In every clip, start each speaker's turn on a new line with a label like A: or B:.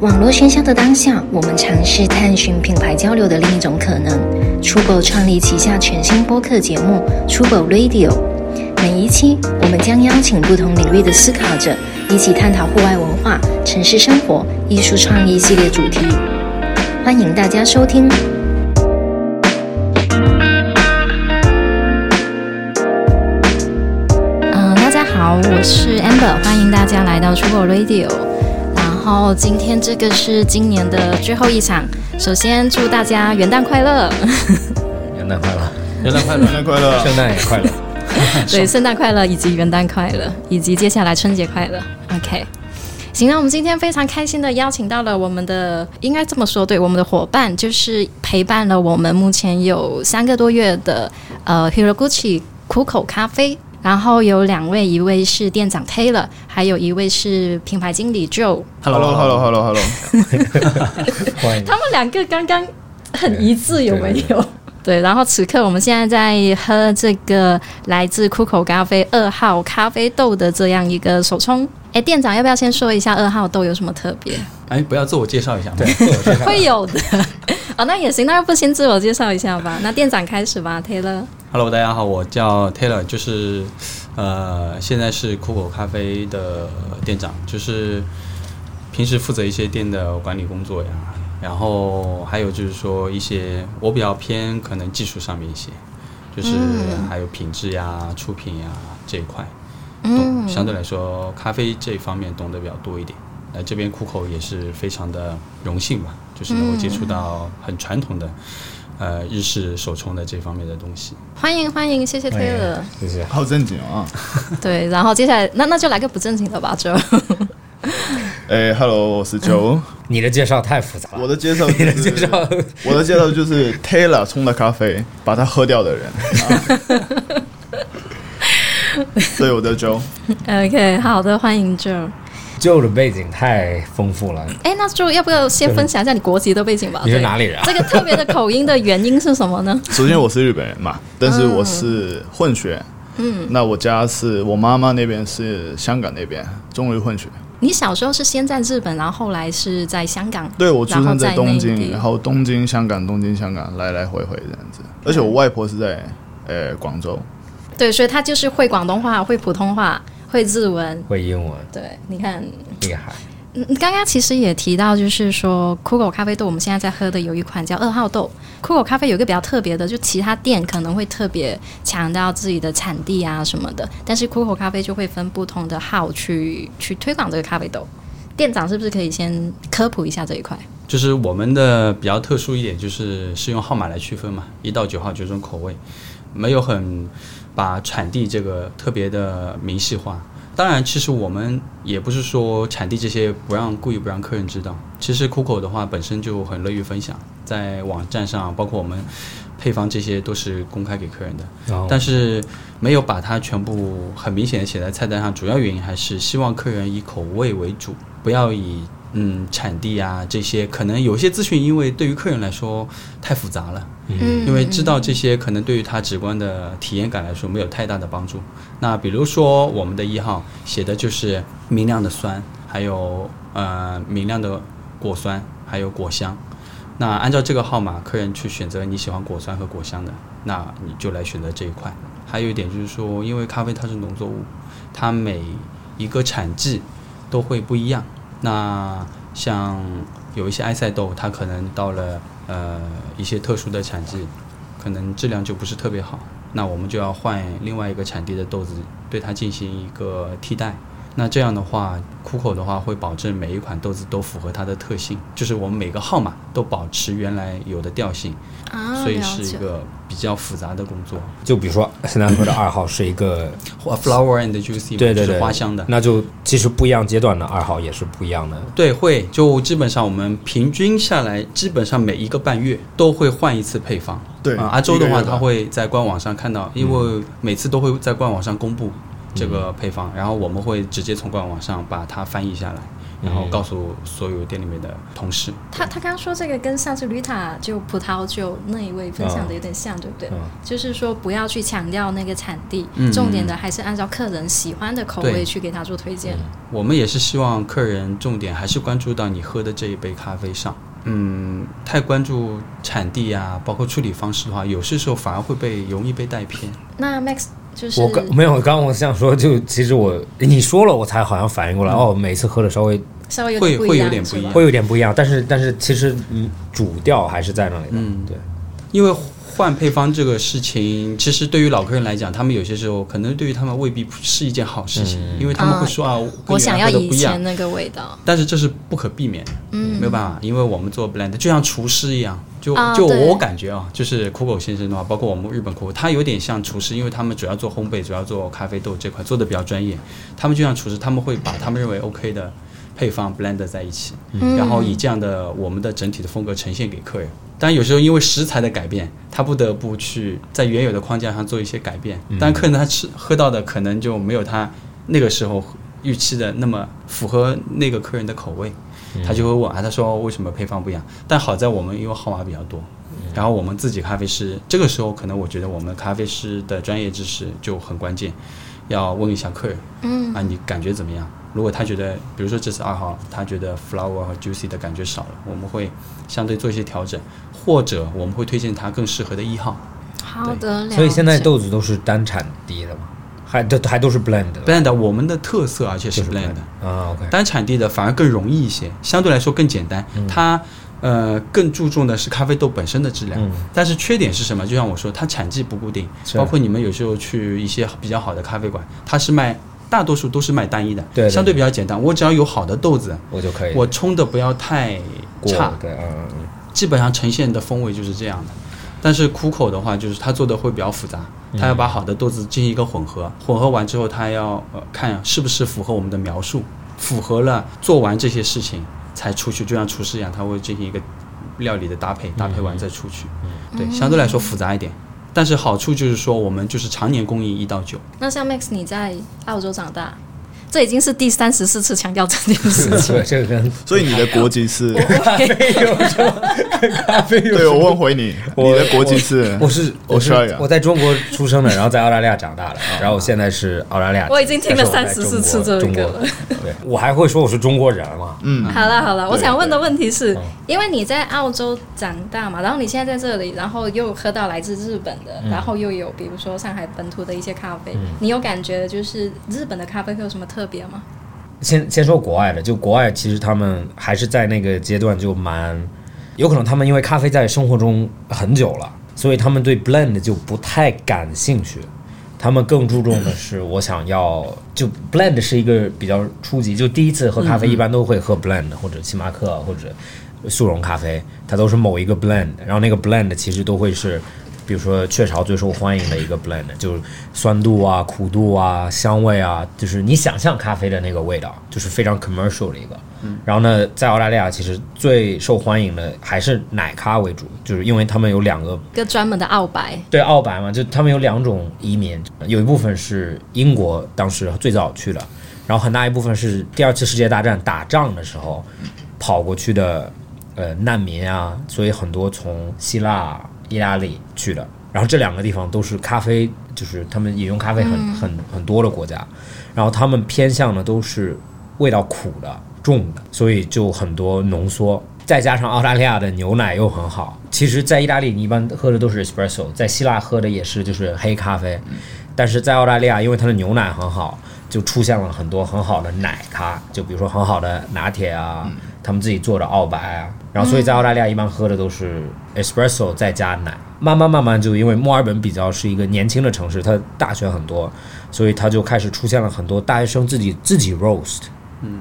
A: 网络喧嚣的当下，我们尝试探寻品牌交流的另一种可能。Trouble 创立旗下全新播客节目 Trouble Radio，每一期我们将邀请不同领域的思考者，一起探讨户外文化、城市生活、艺术创意系列主题。欢迎大家收听。嗯，大家好，我是 Amber，欢迎大家来到 Trouble Radio。然后今天这个是今年的最后一场，首先祝大家元旦快乐，
B: 元旦快乐，
C: 元旦快乐，元
D: 旦快乐，
B: 圣诞也快乐，
A: 对，圣诞快乐，以及元旦快乐，以及接下来春节快乐。OK，行，那我们今天非常开心的邀请到了我们的，应该这么说，对，我们的伙伴就是陪伴了我们目前有三个多月的呃 Hiroguchi 苦口咖啡。然后有两位，一位是店长 Taylor，还有一位是品牌经理 Joe。
D: Hello，Hello，Hello，Hello，
B: 欢迎
A: 他们两个刚刚很一致，有没
B: 对
A: 有？对，然后此刻我们现在在喝这个来自酷口咖啡二号咖啡豆的这样一个手冲。哎，店长要不要先说一下二号豆有什么特别？
C: 哎，不要自我介绍一下吗？
B: 对，自我介绍
A: 会有的。哦，那也行，那要不先自我介绍一下吧？那店长开始吧，Taylor。
C: Hello，大家好，我叫 Taylor，就是呃，现在是酷狗咖啡的店长，就是平时负责一些店的管理工作呀，然后还有就是说一些我比较偏可能技术上面一些，就是还有品质呀、出品呀这一块，懂相对来说咖啡这一方面懂得比较多一点。来这边酷口也是非常的荣幸吧，就是能够接触到很传统的，呃，日式手冲的这方面的东西。
A: 欢迎欢迎，谢谢 Taylor。
B: 哎谢谢。
D: 好正经啊！
A: 对，然后接下来那那就来个不正经的吧，Joe。
D: 哎，Hello，我是 Joe。
B: 你的介绍太复杂了，
D: 我的介绍，
B: 你的介绍，
D: 我的介绍就是 Taylor 冲的咖啡，把它喝掉的人。啊所以我的 Joe，
A: OK，好的，欢迎 Joe。
B: Joe 的背景太丰富了。
A: 哎，那 Joe 要不要先分享一下你国籍的背景吧？
B: 你是
A: 对
B: 哪里人啊
A: 这个特别的口音的原因是什么呢？
D: 首先我是日本人嘛，但是我是混血。嗯，那我家是我妈妈那边是香港那边中日混血，
A: 你小时候是先在日本，然后后来是在香港，
D: 对我出
A: 然后
D: 生在东
A: 内
D: 京，
A: 地
D: 然后东京香港东京香港来来回回这样子，而且我外婆是在呃广州，
A: 对，所以他就是会广东话，会普通话，会日文。
B: 会英文，
A: 对，你看，
B: 厉害。
A: 嗯刚刚其实也提到，就是说酷狗咖啡豆，我们现在在喝的有一款叫二号豆。酷狗咖啡有一个比较特别的，就其他店可能会特别强调自己的产地啊什么的，但是酷狗咖啡就会分不同的号去去推广这个咖啡豆。店长是不是可以先科普一下这一块？
C: 就是我们的比较特殊一点，就是是用号码来区分嘛，一到九号九种口味，没有很把产地这个特别的明细化。当然，其实我们也不是说产地这些不让故意不让客人知道。其实酷狗的话本身就很乐于分享，在网站上，包括我们配方这些都是公开给客人的。
B: 然后
C: 但是没有把它全部很明显的写在菜单上，主要原因还是希望客人以口味为主，不要以嗯产地啊这些，可能有些资讯因为对于客人来说太复杂了，
A: 嗯
C: 因为知道这些可能对于他直观的体验感来说没有太大的帮助。那比如说我们的一号写的就是明亮的酸，还有呃明亮的果酸，还有果香。那按照这个号码，客人去选择你喜欢果酸和果香的，那你就来选择这一块。还有一点就是说，因为咖啡它是农作物，它每一个产季都会不一样。那像有一些埃塞豆，它可能到了呃一些特殊的产季，可能质量就不是特别好，那我们就要换另外一个产地的豆子，对它进行一个替代。那这样的话，酷口的话会保证每一款豆子都符合它的特性，就是我们每个号码都保持原来有的调性，
A: 啊，
C: 所以
A: 了
C: 是一
A: 解
C: 个比较复杂的工作。
B: 就比如说现在喝的二号是一个，
C: 或 flower and juicy 嘛
B: 对对对，
C: 就是花香的。
B: 那就其实不一样阶段的二号也是不一样的。
C: 对，会就基本上我们平均下来，基本上每一个半月都会换一次配方。
D: 对
C: 啊，阿周的
D: 一
C: 话，
D: 个月吧
C: 他会在官网上看到，因
B: 嗯
C: 为每次都会在官网上公布这个配方，然后我们会直接从官网上把它翻译下来，然
B: 哎
C: 后告诉所有店里面的同事。
A: 他他刚刚说这个跟上次绿塔就葡萄酒那一位分享的有点像，对不对？
B: 嗯
A: 就是说不要去强调那个产地，
C: 嗯
A: 重点的还是按照客人喜欢的口味
C: 对
A: 去给他做推荐。
C: 我们也是希望客人重点还是关注到你喝的这一杯咖啡上。嗯，太关注产地啊，包括处理方式的话，有些时候反而会被容易被带偏。
A: 那 Max 就是
B: 我刚没有，刚刚我想说，就其实我你说了，我才好像反应
A: 嗯
B: 过来，哦，每次喝的稍微
A: 稍微有
C: 会
A: 点不
C: 会
A: 一
C: 有
A: 样，
C: 点
A: 是
C: 不一
A: 吧
C: 样
B: 会有点不一样，但是但是其实嗯，主调还是在那里的，嗯，对，
C: 因为换配方这个事情，其实对于老客人来讲，他们有些时候可能对于他们未必是一件好事情，因为他们会说啊，跟
A: 我
C: 原
A: 想
C: 来
A: 要
C: 喝的
A: 以
C: 不一样
A: 前。那个味道。
C: 但是这是不可避免，嗯，没有办法，因为我们做 blend 就像厨师一样，就、
A: 啊
C: 就
A: 对
C: 我感觉啊，就是苦口先生的话，包括我们日本苦口，他有点像厨师，因为他们主要做烘焙，主要做咖啡豆这块做的比较专业，他们就像厨师，他们会把他们认为 OK 的配方 blend 在一起，
A: 嗯
C: 然后以这样的我们的整体的风格呈现给客人。但有时候因为食材的改变，他不得不去在原有的框架上做一些改变，但客人他吃喝到的可能就没有他那个时候预期的那么符合那个客人的口味，他就会问啊，他说为什么配方不一样？但好在我们因为号码比较多，然后我们自己咖啡师，这个时候可能我觉得我们咖啡师的专业知识就很关键，要问一下客人，嗯，啊，你感觉怎么样？如果他觉得，比如说这次二号，他觉得 flower 和 juicy 的感觉少了，我们会相对做一些调整，或者我们会推荐他更适合的一号。
A: 好的，了
B: 所以现在
A: 解
B: 豆子都是单产地的嘛，还都还都是 blend 的
C: blend 啊我们的特色，而且是 blend，
B: 啊，OK，
C: 单产地的反而更容易一些，相对来说更简单。
B: 嗯
C: 它呃更注重的是咖啡豆本身的质量，但是缺点是什么？就像我说，它产季不固定，
B: 嗯是
C: 包括你们有时候去一些比较好的咖啡馆，它是卖大多数都是卖单一的，
B: 对对
C: 相对比较简单。我只要有好的豆子，
B: 我就可以
C: 我冲的不要太
B: 过
C: 差，
B: 对，嗯嗯
C: 基本上呈现的风味就是这样的。但是苦口的话，就是它做的会比较复杂，它要把好的豆子进行一个混合，混合完之后，它要呃看是不是符合我们的描述，符合了做完这些事情才出去，就像厨师一样，他会进行一个料理的搭配，搭配完再出去。对，相对来说复杂一点，但是好处就是说我们就是常年供应一到九，
A: 那像 Max，你在澳洲长大，这已经是第三十四次强调这件事
B: 嗯，对， 这个跟
D: 所以你的国籍是？
B: 咖啡有
D: 对，我问回你，你的国籍是？
B: 我是我是
D: 嗯 Australia 啊
B: 我在中国出生的，然后在澳大利亚长大的，然后我现在是澳大利亚籍。
A: 我已经听了
B: 但是我在
A: 34次这个
B: 中国
A: 了
B: 中国对， 我还会说我是中国人啊嘛？
D: 嗯，
A: 好了好了，我
D: 对
A: 想问的问题是，因为你在澳洲长大嘛，然后你现在在这里，然后又喝到来自日本的，
C: 嗯
A: 然后又有比如说上海本土的一些咖啡，你有感觉就是日本的咖啡会有什么特别吗？
B: 先先说国外的，就国外其实他们还是在那个阶段就蛮，有可能他们因为咖啡在生活中很久了，所以他们对 blend 就不太感兴趣。他们更注重的是，我想要就 blend 是一个比较初级，就第一次喝咖啡一般都会喝 blend 或者星巴克或者速溶咖啡，它都是某一个 blend，然后那个 blend 其实都会是，比如说雀巢最受欢迎的一个 blend，就是酸度啊、苦度啊、香味啊，就是你想象咖啡的那个味道，就是非常 commercial 的一个。然后呢，在澳大利亚其实最受欢迎的还是奶咖为主，就是因为他们有两个
A: 一个专门的澳白，
B: 对澳白嘛，就他们有两种移民，有一部分是英国当时最早去的，然后很大一部分是第二次世界大战打仗的时候跑过去的，呃，难民啊，所以很多从希腊、意大利去的。然后这两个地方都是咖啡，就是他们饮用咖啡很、很很多的国家，然后他们偏向的都是味道苦的、重的，所以就很多浓缩。再加上澳大利亚的牛奶又很好，其实，在意大利你一般喝的都是 espresso，在希腊喝的也是就是黑咖啡，但是在澳大利亚，因为它的牛奶很好，就出现了很多很好的奶咖，就比如说很好的拿铁啊，他们自己做的澳白啊，然后所以在澳大利亚一般喝的都是 espresso 再加奶。慢慢慢慢就因为墨尔本比较是一个年轻的城市，它大学很多，所以它就开始出现了很多大学生自己自己 roast。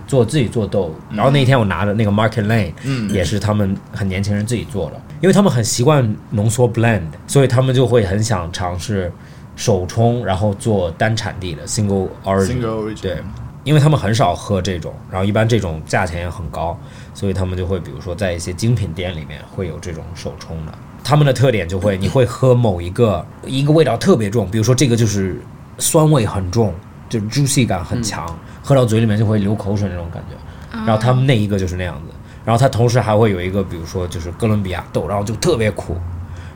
B: 做自己做豆，然后那天我拿的那个 Market Lane，嗯，也是他们很年轻人自己做的，因为他们很习惯浓缩 blend，所以他们就会很想尝试手冲，然后做单产地的 single origin，,
D: Single origin
B: 对，因为他们很少喝这种，然后一般这种价钱也很高，所以他们就会比如说在一些精品店里面会有这种手冲的，他们的特点就会你会喝某一个嗯一个味道特别重，比如说这个就是酸味很重，就 juicy 感很强，喝到嘴里面就会流口水那种感觉。然后他们那一个就是那样子，然后它同时还会有一个，比如说就是哥伦比亚豆，然后就特别苦，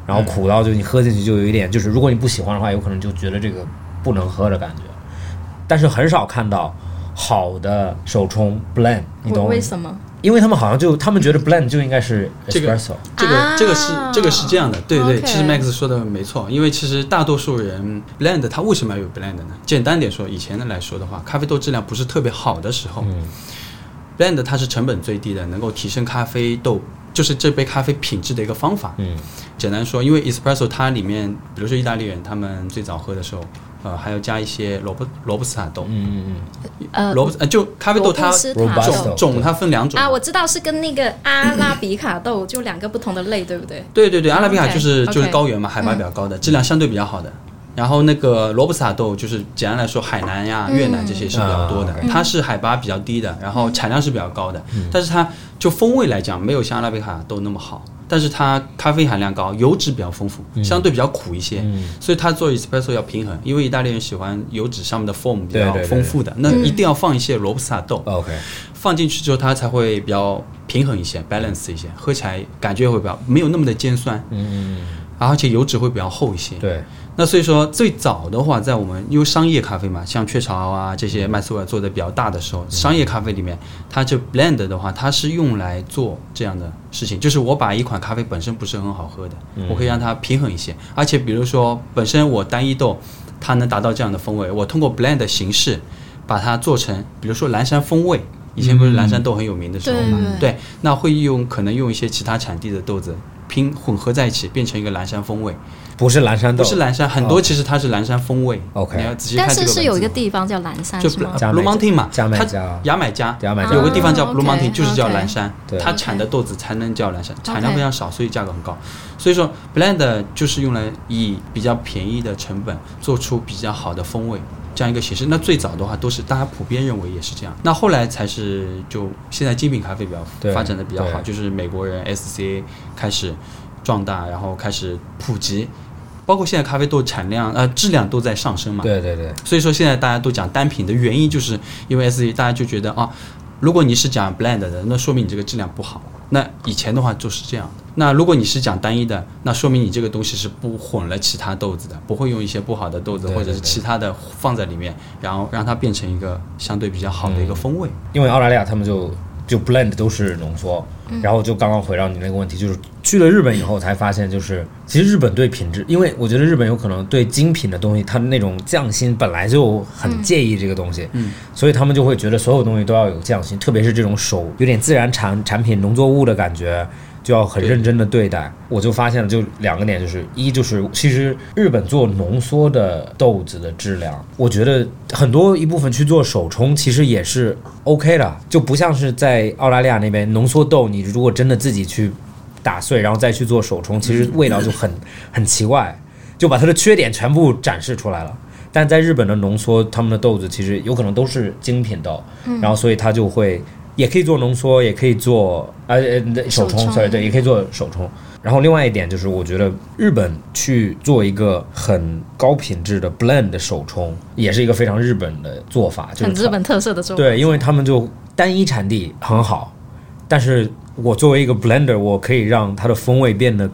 B: 然后苦到就你喝进去就有一点，就是如果你不喜欢的话，有可能就觉得这个不能喝的感觉，但是很少看到好的手冲 blend，你
A: 我
B: 懂吗
A: 为？什么？
B: 因为他们好像就他们觉得 blend 就应该是
C: 这个
B: espresso，
C: 这个、
A: 啊
C: 这个是这个是这样的，对对
A: OK
C: 其实 Max 说的没错，因为其实大多数人 blend 它为什么要有 blend 呢？简单点说，以前的来说的话，咖啡豆质量不是特别好的时候、
B: 嗯
C: b l e n d 它是成本最低的，能够提升咖啡豆就是这杯咖啡品质的一个方法。
B: 嗯
C: 简单说，因为 espresso 它里面，比如说意大利人他们最早喝的时候，呃，还要加一些罗布罗布斯塔豆，
B: 嗯嗯
A: 呃，
C: 罗布呃就咖啡豆它
A: 罗布斯塔
B: Robusta
A: 豆
C: 种种它分两种
A: 啊，我知道是跟那个阿拉比卡豆就两个不同的类，对不对？
C: 对对对，阿拉比卡
A: OK，
C: 就是
A: OK 嗯
C: 就是高原嘛，海拔比较高的，质量相对比较好的。然后那个罗布斯塔豆就是简单来说，海南呀、
A: 嗯
C: 越南这些是比较多的
B: 啊，
C: 它是海拔比较低的，然后产量是比较高的，
B: 嗯
C: 但是它就风味来讲没有像阿拉比卡豆那么好，但是它咖啡含量高，油脂比较丰富，相对比较苦一些，
B: 嗯
C: 所以它做 espresso 要平衡，因为意大利人喜欢油脂上面的 foam 比
B: 对
C: 较
B: 对对
C: 丰富的，那
A: 嗯
C: 一定要放一些罗布斯塔豆，
B: 哦，OK，
C: 放进去之后，它才会比较平衡一些，balance 一些，喝起来感觉会比较没有那么的尖酸，
B: 嗯嗯
C: 而且油脂会比较厚一些
B: 嗯，。对，
C: 那所以说，最早的话，在我们因为商业咖啡嘛，像雀巢啊这些麦斯威尔做的比较大的时候，商业咖啡里面，它就 blend 的话，它是用来做这样的事情，就是我把一款咖啡本身不是很好喝的，我可以让它平衡一些，而且比如说本身我单一豆，它能达到这样的风味，我通过 blend 的形式把它做成，比如说蓝山风味。以前不是蓝山豆很有名的时候嘛，
A: 嗯对
C: 对，那会用可能用一些其他产地的豆子拼混合在一起，变成一个蓝山风味。
B: 不是蓝山豆，哦
C: 不是蓝山，很多其实它是蓝山风味。
B: OK
C: 你要仔细看
A: 但
C: 这
A: 是
C: 文字
A: 是有一个地方叫蓝山
C: 就是呃
A: 吗？
B: 加
C: Blue
B: 美
C: Mountain 嘛，
B: 加美
C: 它
B: 加
C: 牙买加，
B: 牙买加
C: 有个地方叫
A: 哦
C: Blue
A: ，OK，
C: Mountain，就是叫
A: OK
C: 蓝山
B: 对，
C: 它产的豆子才能叫蓝山，产量非常少，所以价格很高。所以说 blend 就是用来以比较便宜的成本做出比较好的风味。这样一个形式，那最早的话都是大家普遍认为也是这样，那后来才是就现在精品咖啡比
B: 对
C: 较发展的比较好，
B: 对
C: 就是美国人 SCA 开始壮大，然后开始普及，包括现在咖啡豆产量呃质量都在上升嘛，
B: 对对对，
C: 所以说现在大家都讲单品的原因，就是因为 S E 大家就觉得啊，如果你是讲 blend 的，那说明你这个质量不好。那以前的话就是这样的。那如果你是讲单一的，那说明你这个东西是不混了其他豆子的，不会用一些不好的豆子
B: 对
C: 或者是其他的放在里面，然后让它变成一个相对比较好的
B: 嗯
C: 一个风味。
B: 因为澳大利亚他们就就 blend 都是浓缩，然后就刚刚回到你那个问题，就是去了日本以后才发现，就是其实日本对品质，因为我觉得日本有可能对精品的东西，他那种匠心本来就很介意这个东西，
C: 嗯，
B: 所以他们就会觉得所有东西都要有匠心，特别是这种手有点自然产产品农作物的感觉。就要很
C: 对
B: 认真的对待，我就发现了，就两个点，就是一就是其实日本做浓缩的豆子的质量，我觉得很多一部分去做手冲，其实也是 OK 的，就不像是在澳大利亚那边浓缩豆，你如果真的自己去打碎，然后再去做手冲，其实味道就很很奇怪，就把它的缺点全部展示出来了。但在日本的浓缩，他们的豆子其实有可能都是精品豆，
A: 嗯
B: 然后所以它就会也可以做浓缩，也可以做呃呃手
A: 手
B: 冲
A: 冲
B: ，sorry，对，也可以做手冲。然后另外一点就是，我觉得日本去做一个很高品质的 blend 的手冲，也是一个非常日本的做法，就是
A: 很
B: 它
A: 日本特色的做法。
B: 对，因为他们就单一产地很好，但是我作为一个 blender，我可以让它的风味变得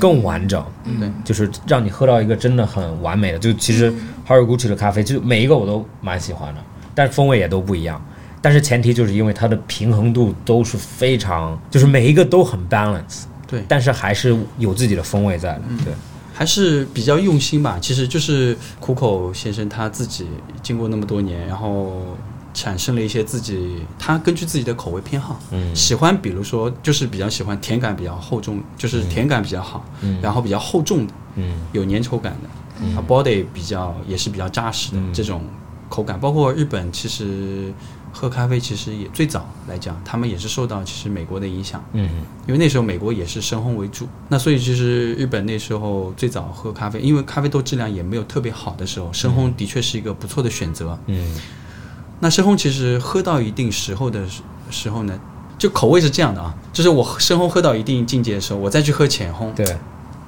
B: 更完整，
C: 对，
B: 就是让你喝到一个真的很完美的。就其实 Haraguchi 的咖啡，就每一个我都蛮喜欢的，但风味也都不一样。但是前提就是因为它的平衡度都是非常，就是每一个都很 balance，
C: 对
B: 但是还是有自己的风味在的。对，
C: 还是比较用心吧。其实就是苦口先生他自己经过那么多年，然后产生了一些自己，他根据自己的口味偏好，
B: 嗯
C: 喜欢比如说就是比较喜欢甜感比较厚重，就是甜感比较好，然后比较厚重的，
B: 嗯
C: 有粘稠感的，啊，body 比较也是比较扎实的、
B: 嗯
C: 这种口感。包括日本其实喝咖啡其实也最早来讲，他们也是受到其实美国的影响。
B: 嗯
C: 因为那时候美国也是深烘为主，那所以其实日本那时候最早喝咖啡，因为咖啡豆质量也没有特别好的时候，深烘的确是一个不错的选择。
B: 嗯
C: 那深烘其实喝到一定时候的时时候呢，就口味是这样的啊，就是我深烘喝到一定境界的时候，我再去喝浅烘，
B: 对，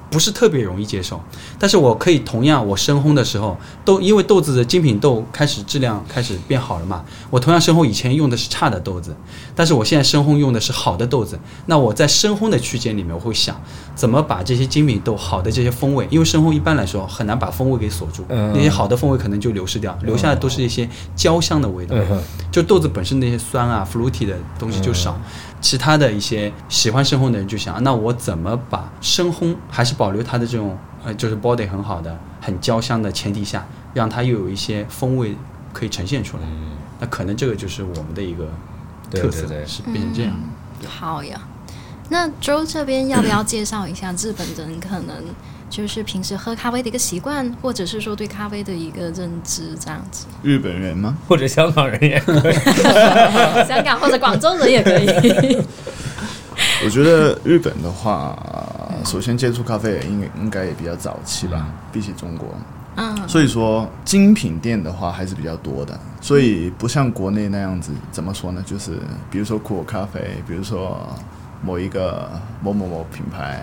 C: 不是特别容易接受。但是我可以同样，我深烘的时候，豆因为豆子的精品豆开始质量开始变好了嘛，我同样深烘以前用的是差的豆子，但是我现在深烘用的是好的豆子。那我在深烘的区间里面，我会想怎么把这些精品豆好的这些风味，因为深烘一般来说很难把风味给锁住，
B: 嗯
C: 那些好的风味可能就流失掉，留下的都是一些焦香的味道。
B: 嗯哼，
C: 就豆子本身那些酸啊、fruity 的东西就少。
B: 嗯
C: 其他的一些喜欢深烘的人就想，那我怎么把深烘还是保留它的这种呃，就是 body 很好的、很焦香的前提下，让它又有一些风味可以呈现出来。那可能这个就是我们的一个
B: 嗯对
C: 特色，
B: 对对
C: 是变成这样。
A: 好哦呀，那周这边要不要介绍一下日本人可能就是平时喝咖啡的一个习惯，或者是说对咖啡的一个认知这样 子？
D: 日本人吗？
B: 或者香港人也可以
A: 香港或者广州人也可 以。
D: 我觉得日本的话，首先接触咖啡也应该应该也比较早期吧，比起中国。
A: 嗯，
D: 所以说精品店的话还是比较多的，所以不像国内那样子，怎么说呢？就是比如说苦果咖啡，比如说某一个某某某品牌，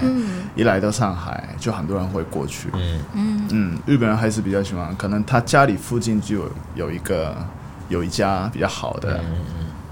D: 一来到上海就很多人会过去。
B: 嗯
D: 嗯，日本人还是比较喜欢，可能他家里附近就有有一个有一家比较好的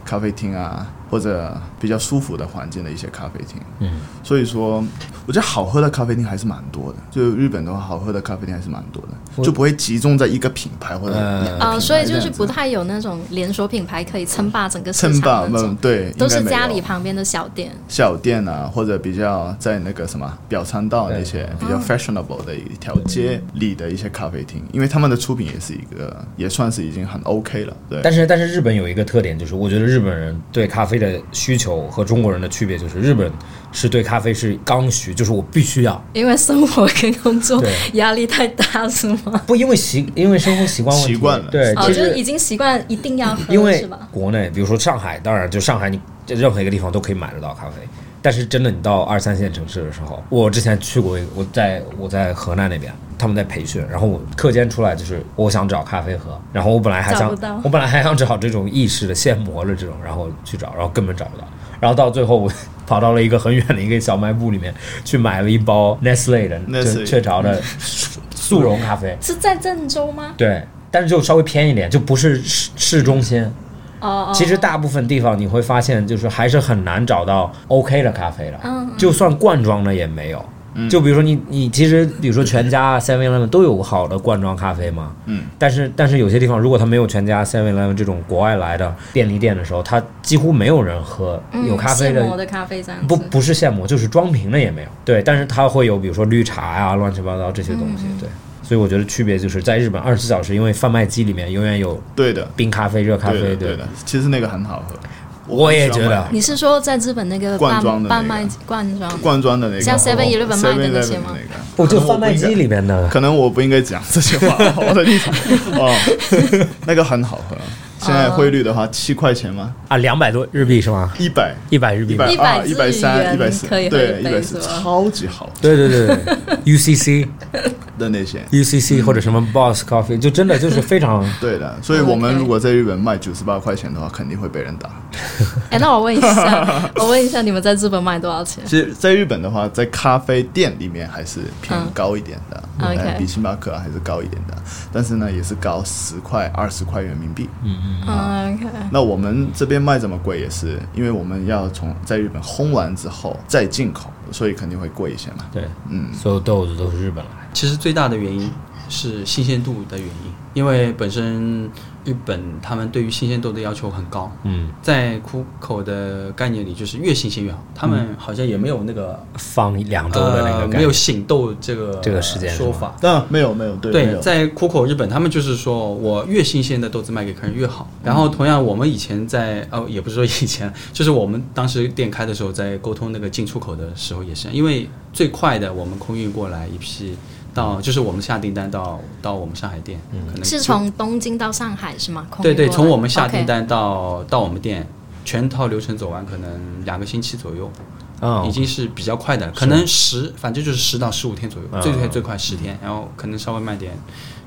D: 咖啡厅啊，或者比较舒服的环境的一些咖啡厅。
B: 嗯，
D: 所以说，我觉得好喝的咖啡厅还是蛮多的。就日本的话，好喝的咖啡厅还是蛮多的，就不会集中在一个品牌或者
B: 呃
D: 两个
A: 啊、
D: 品牌
A: 所以
D: 这
A: 就
D: 样
A: 是
D: 子
A: 不太有那种连锁品牌可以称霸整个市
D: 称霸
A: 场那
D: 嗯
A: 种，
D: 对，
A: 都
D: 应
A: 是
D: 该没有
A: 家里旁边的小店。
D: 小店啊，或者比较在那个什么表参道那些比
B: 嗯
D: 较 fashionable 的一条街里的一些咖啡厅，因为他们的出品也是一个，也算是已经很 OK 了。对，
B: 但是但是日本有一个特点，就是我觉得日本人对咖啡的需求和中国人的区别就是，日本是对咖啡是刚需，就是我必须要，
A: 因为生活跟工作
B: 对
A: 压力太大，是吗？
B: 不因为习因为生活习惯问题
D: 习惯了
B: 对，
A: 哦，
B: 其
A: 就是
B: 实
A: 已经习惯一定要喝，
B: 因为
A: 是吧？
B: 国内，比如说上海，当然就上海你任何一个地方都可以买得到咖啡。但是真的，你到二三线城市的时候，我之前去过一个，我在我在河南那边，他们在培训，然后我课间出来就是我想找咖啡喝，然后我本来还
A: 找
B: 想
A: 不到
B: 我本来还想找这种意式的现磨的这种，然后去找，然后根本找不到，然后到最后我跑到了一个很远的一个小卖部里面去买了一包 Nestle 的
D: Nestle
B: 就雀巢的速速溶咖啡，
A: 是在郑州吗？
B: 对，但是就稍微偏一点，就不是市市中心。
A: 哦哦，
B: 其实大部分地方你会发现，就是还是很难找到 OK 的咖啡了，
A: 嗯
B: 就算罐装的也没有。就比如说你你其实比如说全家啊 Seven Eleven 都有好的罐装咖啡嘛，
D: 嗯，
B: 但是但是有些地方如果它没有全家 Seven Eleven 这种国外来的便利店的时候，它几乎没有人喝
A: 嗯
B: 有咖啡
A: 现磨的咖啡这样子，
B: 不不是现磨，就是装瓶的也没有。对，但是它会有比如说绿茶呀、乱七八糟这些东西。对，所以我觉得区别就是在日本二十四小时，因为贩卖机里面永远有
D: 对的，
B: 冰咖啡、热咖啡。
D: 对的，对的，其实那个很好喝，
B: 我也觉
D: 很喜欢
B: 得
D: 买。
A: 你是说在日本那个
D: 罐
A: 贩
D: 装的那
A: 贩
D: 个
A: 卖机罐装？
D: 罐装的那个，
A: 像 7-Eleven 卖的那
D: 7-Eleven
A: 些
D: 的
A: 吗
D: 那个
B: 我就
D: 可能
B: 贩
D: 不
B: 卖
D: 应该
B: 机里面的，
D: 可能我不应该讲这些 话，我的立场哦， 那个很好喝。现在汇率的
A: 哦
D: 话，七块钱吗？
B: 啊，两百多日币是吗？
D: 一百，
B: 一百日币
D: 一
B: 吗
D: 百？
A: 100
D: 二、一百三、一
A: 日元
D: 百四，
A: 可以喝
D: 对，
A: 一
D: 一
A: 杯
D: 百
A: 是
D: 四，
A: 吧
D: 超级好
B: 对对对对 ，UCC
D: 的那些。
B: UCC
D: 嗯
B: 或者什么 Boss Coffee，就真的就是非常
D: 对的，所以我
A: OK
D: 们如果在日本卖九十八块钱的话，肯定会被人打。
A: 哎，那我问一下，我问一下，你们在日本卖多少钱？
D: 其实，在日本的话，在咖啡店里面还是偏高一点的，
A: 嗯
D: 哎
A: OK
D: 比星巴克还是高一点的，但是呢，也是高十块、二十块人民币。
A: 嗯，OK，
D: 那我们这边卖这么贵，也是因为我们要从在日本烘完之后再进口，所以肯定会贵一些嘛。
B: 对，
D: 嗯，
B: 所有豆子都是日本来的。
C: 其实最大的原因是新鲜度的原因，因为本身日本他们对于新鲜度的要求很高，
B: 嗯，
C: 在苦口的概念里，就是越新鲜越好。他们
B: 嗯
C: 好像也没有那个、
B: 放两周的那
C: 呃
B: 个
C: 没
B: 概
C: 有
B: 念，
C: 醒豆这个
B: 这个时间是
C: 说
B: 吗
C: 法。
D: 但没有没有，对，没
C: 对，
D: 有
C: 在苦口日本，他们就是说我越新鲜的豆子卖给客人越好。然后同样，我们以前在哦，也不是说以前， 就是我们当时店开的时候，在沟通那个进出口的时候也是，因为最快的我们空运过来一批到，就是我们下订单到到我们上海店，
B: 嗯
C: 可能
A: 是
C: 就
A: 从东京到上海是吗？空
C: 对
A: 运
C: 对，
A: 过来
C: 从我们下
A: OK
C: 订单到到我们店，全套流程走完可能两个星期左右，
B: 嗯
C: 已经是比较快的了，可能十，反正就是十到十五天左右，
B: 嗯
C: 最快最快十天，然后可能稍微慢点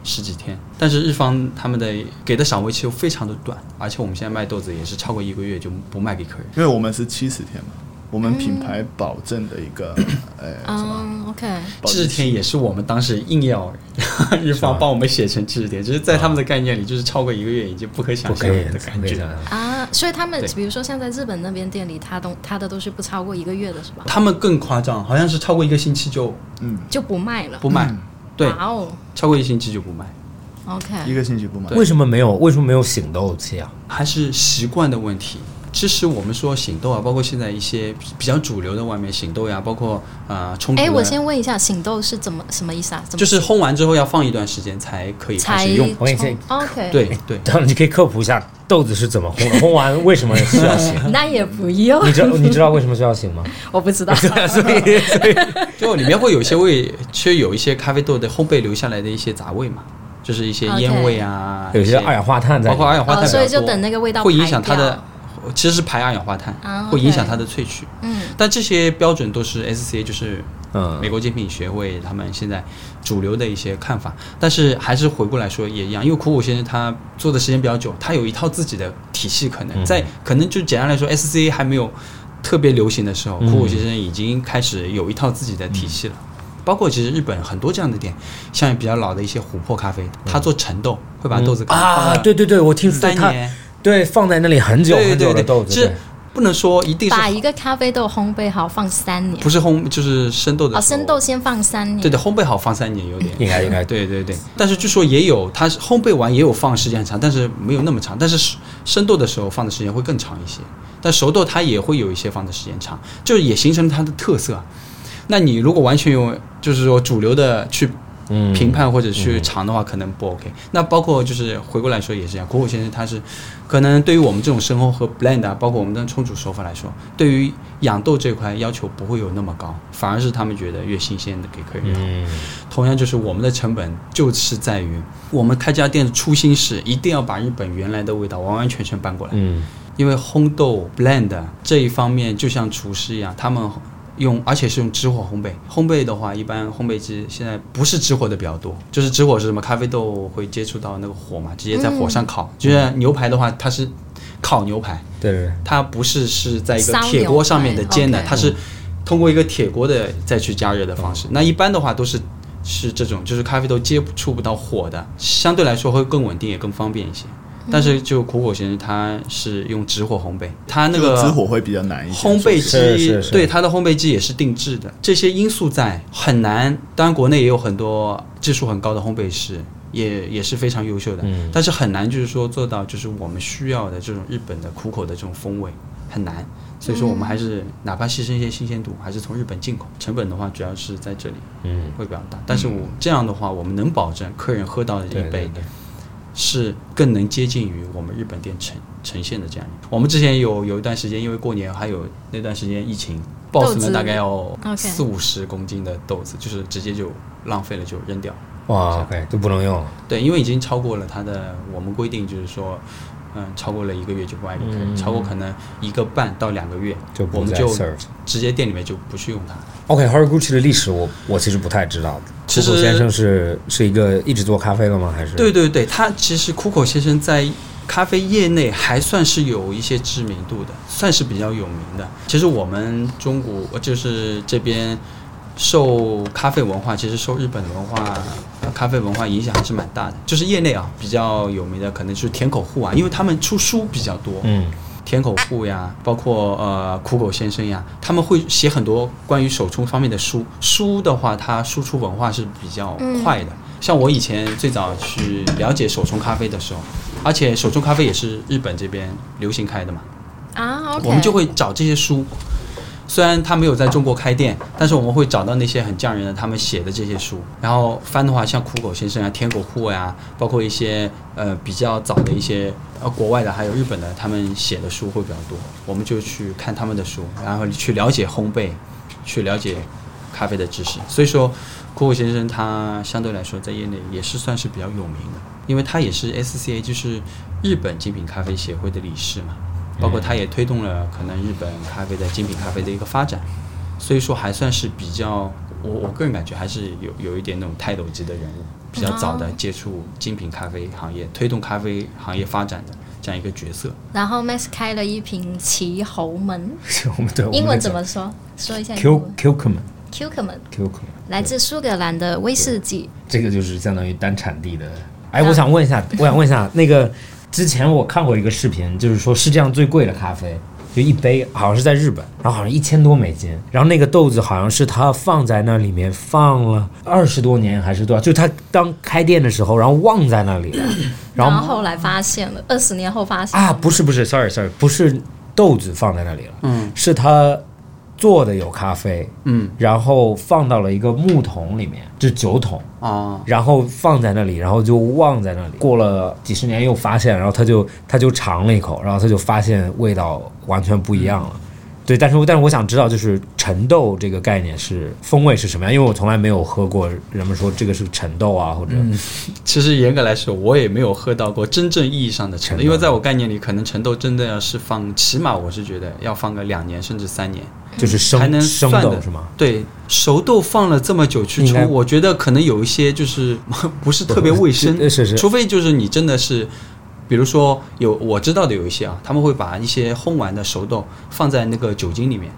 C: 十几天。但是日方他们的给的赏味期又非常的短，而且我们现在卖豆子也是超过一个月就不卖给客人。
D: 因为我们是七十天嘛，我们品牌保证的一个、呃什么
A: 嗯 OK，
D: 保质
C: 制
D: 期
C: 甜也是我们当时硬 要日方帮我们写成制甜，只是在他们的概念里，就是超过一个月已经不可想
B: 不
C: 象
B: 可以
C: 的感
B: 不可以这
C: 觉。
B: 样
A: 啊，所以他们
C: 对
A: 比如说像在日本那边店里，他都他的都是不超过一个月的是吧？
C: 他们更夸张，好像是超过一个星期就
A: 就不卖了。
C: 不卖，
B: 嗯
C: 对，
A: 哇哦
C: 超过一个星期就不卖，
D: 一
A: ，OK，
D: 个星期不买。
B: 为什么没有？为什么没有醒豆期啊？
C: 还是习惯的问题。其实我们说醒豆啊，包括现在一些比比较主流的外面醒豆呀、包括啊冲突
A: 哎，
C: 的
A: 我先问一下，醒豆是怎么什么意思啊？怎么
C: 就是烘完之后要放一段时间才可以开
A: 才
C: 始用。
B: 我跟你讲
A: 冲 OK，，
C: 对对，
B: 然后你可以科普一下豆子是怎么 烘的，烘完为什么需要醒？
A: 那也不用，
B: 你知道你知道为什么需要醒吗？
A: 我不知道。
B: 所以
C: 就里面会有一些味，其实有一些咖啡豆的烘焙留下来的一些杂味嘛，就是一些
A: OK
C: 烟味啊，
B: 有
C: 一
B: 些二氧化碳在
C: 包
B: 里
C: 括二
B: 面。
C: 氧化碳
A: 哦
C: 比较多、
A: 所以就等那个味道
C: 会影响它
A: 排
C: 的，其实是排二氧化碳，
A: 啊，OK
C: 会影响它的萃取。
A: 嗯
C: 但这些标准都是 SCA，就是
B: 嗯
C: 美国精品学会他们现在主流的一些看法。但是还是回过来说也一样，因为苦谷先生他做的时间比较久，他有一套自己的体系，可能
B: 嗯
C: 在可能就简单来说，SCA 还没有特别流行的时候，
B: 嗯
C: 苦谷先生已经开始有一套自己的体系了。包括其实日本很多这样的店，像比较老的一些琥珀咖啡，他做陈豆，会把豆子
B: 啊，对对对，我听说
C: 三
B: 它
C: 年，
B: 对放在那里很久
C: 对
B: 很久
C: 对
B: 的豆
C: 对，
B: 子，
C: 是
B: 对
C: 不能说一定是
A: 把一个咖啡豆烘焙好放三年
C: 不，是烘就是生豆的
A: 哦，
C: 时候
A: 生豆先放三年。
C: 对对，烘焙好放三年有点。
B: 应该应该对。
C: 对对对，但是据说也有，它是烘焙完也有放时间很长，但是没有那么长。但是生豆的时候放的时间会更长一些，但熟豆它也会有一些放的时间长，就是也形成了它的特色啊。那你如果完全用就是说主流的去
B: 嗯
C: 评判或者去尝的话，可能不 OK。那包括就是回过来说也是这样，苦口先生他是可能对于我们这种生烘和 blend 啊，包括我们的冲煮手法来说，对于养豆这块要求不会有那么高，反而是他们觉得越新鲜的给客人越好。
B: 嗯，
C: 同样就是我们的成本就是在于我们开这家店的初心是一定要把日本原来的味道完完全全搬过来，
B: 嗯
C: 因为烘豆 blend 这一方面就像厨师一样，他们用而且是用直火烘焙，烘焙的话一般烘焙机现在不是直火的比较多，就是直火是什么咖啡豆会接触到那个火嘛，直接在火上烤，就像牛排的话它是烤牛排，
B: 对对对，
C: 它不是是在一个
A: 烧
C: 铁锅上面的煎的
A: 牛，排
C: 它是通过一个铁锅的再去加热的方式。那一般的话都是是这种，就是咖啡豆接触不到火的，相对来说会更稳定，也更方便一些。但是就苦果先生他是用直火烘焙，他那个
D: 就直火会比较难一些。
C: 烘焙
B: 是是
C: 机
B: 是
C: 对它的烘焙机也是定制的，这些因素在很难。当然，国内也有很多技术很高的烘焙师，也也是非常优秀的，
B: 嗯
C: 但是很难就是说做到就是我们需要的这种日本的苦口的这种风味很难。所以说，我们还是哪怕牺牲一些新鲜度，还是从日本进口。成本的话，主要是在这里
B: 嗯，
C: 会比较大。但是我这样的话，我们能保证客人喝到的这
B: 对
C: 一
B: 对
C: 杯
B: 对，
C: 是更能接近于我们日本店呈呈现的这样一个。我们之前有有一段时间，因为过年还有那段时间疫情，
A: 豆
C: 爆
A: 子
C: 死了大概要
A: OK
C: 四五十公斤的豆子，就是直接就浪费了就扔掉。
B: 哇，OK 就不能用了，
C: 对，因为已经超过了它的我们规定，就是说，嗯，超过了一个月就不爱给客人，
B: 嗯
C: 超过可能一个半到两个月，
B: 就
C: 我
B: 不
C: 们
B: 再
C: 就
B: serve。
C: 直接店里面就不去用它。
B: OK，Horiguchi 的历史我我其实不太知道。
C: 其实
B: 谷先生是是一个一直做咖啡的吗？还是
C: 对对对，他其实苦口先生在咖啡业内还算是有一些知名度的，算是比较有名的。其实我们中国呃就是这边受咖啡文化，其实受日本文化、呃咖啡文化影响还是蛮大的。就是业内啊比较有名的，可能就是田口户啊，因为他们出书比较多，
B: 嗯
C: 田口户呀，包括呃苦口先生呀，他们会写很多关于手冲方面的书。书的话，它输出文化是比较快的。像我以前最早去了解手冲咖啡的时候，而且手冲咖啡也是日本这边流行开的嘛，
A: 啊，OK，
C: 我们就会找这些书。虽然它没有在中国开店，但是我们会找到那些很匠人的他们写的这些书，然后翻的话，像苦口先生啊、天狗户呀、包括一些呃比较早的一些呃国外的，还有日本的，他们写的书会比较多，我们就去看他们的书，然后去了解烘焙，去了解咖啡的知识。所以说，苦口先生他相对来说在业内也是算是比较有名的，因为他也是 SCA，就是日本精品咖啡协会的理事嘛。包括它也推动了可能日本咖啡的精品咖啡的一个发展，所以说还算是比较，我我个人感觉还是有有一点那种泰斗级的人物，比较早的接触精品咖啡行业，推动咖啡行业发展的这样一个角色。
A: 然后 Max 开了一瓶奇侯门，
B: 我们对
A: 英文怎么说？说一下英
B: ？Q
A: 文
B: Q 们
A: c u c u m e n
B: Q 们
A: 来自苏格兰的威士忌。
B: 这个就是相当于单产地的。哎，我想问一下，我想问一下，那个之前我看过一个视频，就是说世界上最贵的咖啡，就一杯好像是在日本，然后好像一千多美金，然后那个豆子好像是他放在那里面放了二十多年还是多少，就他当开店的时候，然后忘在那里了，然
A: 然后
B: 后
A: 后来发现了，二十年后发现
B: 啊，不是不是，sorry sorry，不是豆子放在那里了，嗯，是他做的有咖啡，
C: 嗯，
B: 然后放到了一个木桶里面，就酒桶，
C: 哦，
B: 然后放在那里，然后就忘在那里。过了几十年又发现，然后他就他就尝了一口，然后他就发现味道完全不一样
C: 嗯
B: 了。对，但是我但是我想知道，就是陈豆这个概念是风味是什么样？因为我从来没有喝过人们说这个是陈豆啊，或者、
C: 嗯其实严格来说，我也没有喝到过真正意义上的
B: 陈
C: 陈
B: 豆
C: 豆，因为在我概念里，可能陈豆真的要是放，起码我是觉得要放个两年甚至三年。
B: 就是
C: 还
B: 生
C: 能
B: 生
C: 算
B: 豆
C: 的
B: 是吗？
C: 对，熟豆放了这么久去
B: 应该
C: 冲，我觉得可能有一些就是 不是特别卫生，
B: 是是是
C: 除非就是你真的是，比如说有我知道的有一些啊，他们会把一些烘完的熟豆放在那个酒精里面，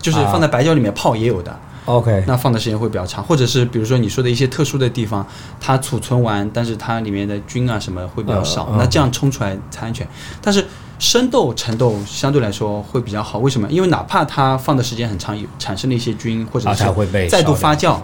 C: 就是
B: 啊
C: 放在白酒里面泡也有的，
B: OK，
C: 那放的时间会比较长，或者是比如说你说的一些特殊的地方，它储存完，但是它里面的菌啊什么会比较少，
B: 嗯嗯
C: 那这样冲出来才安全。但是生豆、陈豆相对来说会比较好，为什么？因为哪怕它放的时间很长，有产生了一些菌或者
B: 啊
C: 是
B: 它会被
C: 再
B: 烧
C: 度
B: 掉
C: 发酵，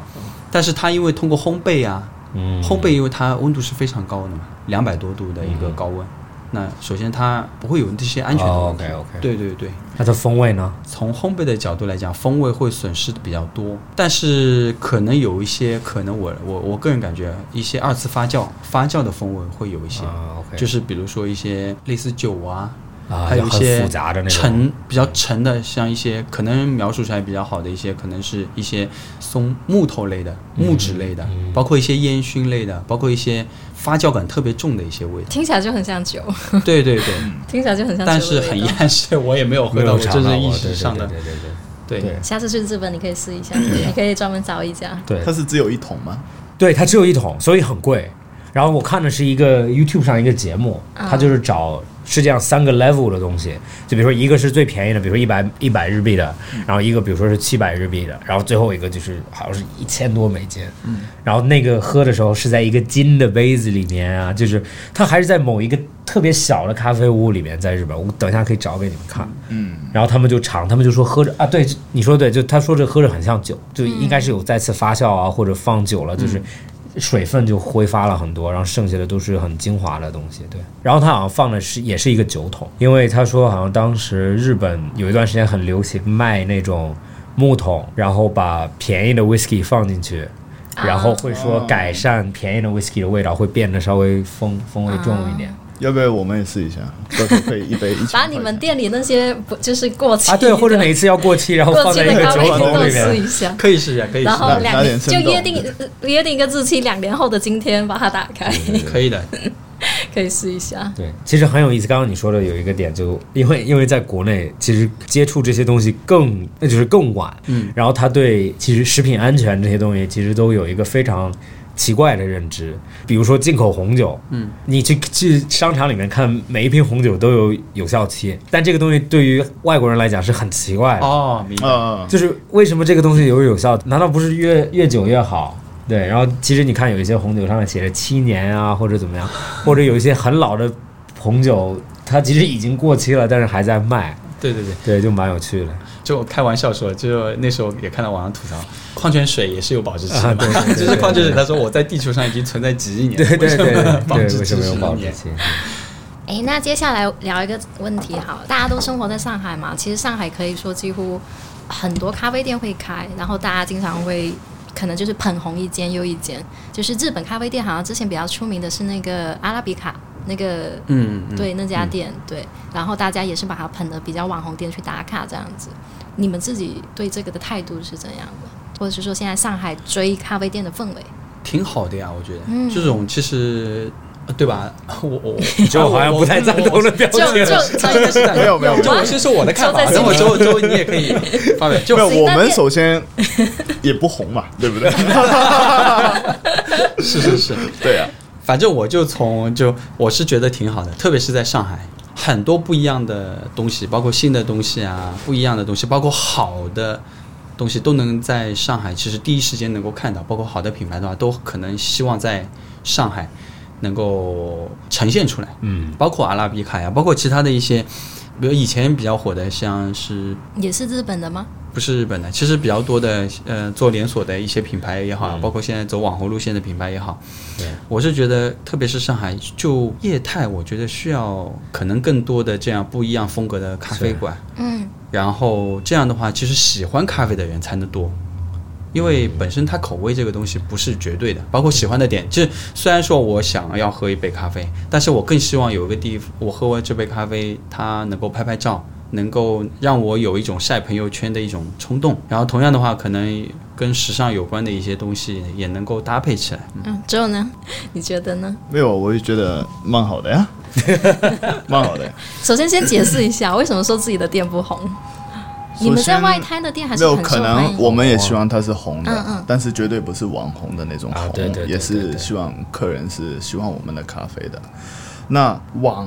C: 但是它因为通过烘焙啊，
B: 嗯
C: 烘焙因为它温度是非常高的嘛，两百多度的一个
B: 嗯
C: 高温，那首先它不会有这些安全的问题。
B: OK OK，
C: 对对对。
B: 那它风味呢？
C: 从烘焙的角度来讲，风味会损失的比较多，但是可能有一些，可能我我我个人感觉，一些二次发酵发酵的风味会有一些，
B: 啊 OK，
C: 就是比如说一些类似酒啊，
B: 啊
C: 还有一
B: 很
C: 些
B: 复杂的那种嗯
C: 沉比较沉的，像一些可能描述出来比较好的一些，可能是一些松木头类的、木
B: 嗯
C: 质类的，包括一些烟熏类的，包括一些发酵感特别重的一些 味道。
A: 听起来就很像酒，
C: 对对对，
A: 听起来就很像酒的味道。
C: 但是很遗憾是我也没有喝
B: 嗯没
C: 到
B: 有
C: 我
B: 尝
C: 真
B: 到
C: 正意
B: 过
C: 识
B: 对
C: 上
B: 对
C: 的
B: 对对对
C: 对
B: 对
A: 下次去日本你可以试一下，
B: 嗯
A: 你可以专门找一家。
B: 对
D: 它是只有一桶吗？
B: 对，它只有一桶，所以很贵。然后我看的是一个 YouTube 上一个节目，它就是找世界上三个 level 的东西，就比如说一个是最便宜的，比如说一百一百日币的，然后一个比如说是七百日币的，然后最后一个就是好像是一千多美金。然后那个喝的时候是在一个金的杯子里面啊，就是它还是在某一个特别小的咖啡屋里面，在日本，我等一下可以找给你们看。
D: 嗯，
B: 然后他们就尝，他们就说喝着啊，对，你说对，就他说这喝着很像酒，就
A: 嗯
B: 应该是有再次发酵啊，或者放久了，就是水分就挥发了很多，然后剩下的都是很精华的东西。对，然后他好像放的是也是一个酒桶，因为他说好像当时日本有一段时间很流行卖那种木桶，然后把便宜的 whisky 放进去。
A: 啊
B: 然后会说
D: 哦
B: 改善便宜的 whisky 的味道，会变得稍微风风味重一点
A: 哦
D: 要不要我们也试一下？到时候可以一杯一起。
A: 把你们店里那些不就是过期
B: 啊。 对，或者哪
A: 的
B: 一次要过期，然后
A: 过
B: 放
A: 期
B: 在一
A: 的
B: 个
A: 咖
B: 酒
A: 啡
B: 桶
A: 厅都
B: 里面
A: 试，一下。
C: 可以试一下，可以试一
A: 然后
C: 下
D: 拿，
A: 两
D: 拿点
A: 就
D: 生豆
A: 约定呃约定一个日期，两年后的今天把它打开，
C: 可以的。
A: 可以试一下。
B: 对，其实很有意思。刚刚你说的有一个点就，因为因为在国内，其实接触这些东西更那就是更晚，嗯，然后他对其实食品安全这些东西，其实都有一个非常奇怪的认知。比如说进口红酒，嗯，你去去商场里面看，每一瓶红酒都有有效期，但这个东西对于外国人来讲是很奇怪的，
C: 哦，明白。
D: 啊，
B: 就是为什么这个东西有有效？难道不是越越久越好？对，然后其实你看有一些红酒上面写着七年啊，或者怎么样，或者有一些很老的红酒，它其实已经过期了，但是还在卖，
C: 对对对，
B: 对，就蛮有趣的。
C: 就我开玩笑说，就那时候也看到网上吐槽，矿泉水也是有保质期
B: 啊
C: 的嘛，
B: 对 对对
C: 就是矿泉水，他说我在地球上已经存在几亿年，
B: 对对对对，
C: 保质
B: 对为
C: 期
B: 什么有
C: 10
B: 保 质
C: 年
B: 期？
A: 哎，那接下来聊一个问题，好，大家都生活在上海嘛，其实上海可以说几乎很多咖啡店会开，然后大家经常会可能就是捧红一间又一间，就是日本咖啡店好像之前比较出名的是那个阿拉比卡那个。
C: 嗯，嗯
A: 对那家店，对，然后大家也是把它捧得比较网红店去打卡这样子。你们自己对这个的态度是怎样的？或者是说现在上海追咖啡店的氛围？
C: 挺好的呀，我觉得
A: 嗯
C: 这种其实。呃对吧？ 我 我
B: 就好像不太赞同 的表
A: 情就就就
C: 没
D: 没有没有
C: 就我先说我的看
A: 就
C: 法，
A: 在
C: 等我
A: 这
C: 周周你也可以 发表。就
D: 没有，
A: 行
D: 我
A: 那
D: 们
A: 店
D: 首先也不红嘛，对不对？
C: 是是是，
D: 对啊，
C: 反正我就从就我是觉得挺好的，特别是在上海，很多不一样的东西，包括新的东西啊，不一样的东西，包括好的东西都能在上海，其实第一时间能够看到，包括好的品牌的话，都可能希望在上海能够呈现出来。
B: 嗯，
C: 包括阿拉比卡呀，包括其他的一些，比如以前比较火的，像是
A: 也是日本的吗？
C: 不是日本的，其实比较多的，呃，做连锁的一些品牌也好，啊，包括现在走网红路线的品牌也好，
B: 对
C: 我是觉得，特别是上海，就业态，我觉得需要可能更多的这样不一样风格的咖啡馆，
A: 嗯，
C: 然后这样的话，其实喜欢咖啡的人才能多。因为本身它口味这个东西不是绝对的，包括喜欢的点，就是虽然说我想要喝一杯咖啡，但是我更希望有一个地方，我喝完这杯咖啡，它能够拍拍照，能够让我有一种晒朋友圈的一种冲动。然后同样的话，可能跟时尚有关的一些东西也能够搭配起来。
A: 嗯，之后呢？你觉得呢？
D: 没有，我就觉得蛮好 的呀，蛮好的呀。
A: 首先先解释一下，为什么说自己的店不红？你们在外滩的店还
D: 没
A: 是
D: 有
A: 很
D: 可
A: 受欢
D: 能，
A: 迎。
D: 我们也希望它是红的，
A: 嗯嗯
D: 但是绝对不是网红的那种红，
B: 啊对对对
D: 也
B: 对
D: 是
B: 对
D: 希望客人是喜欢我们的咖啡的。那网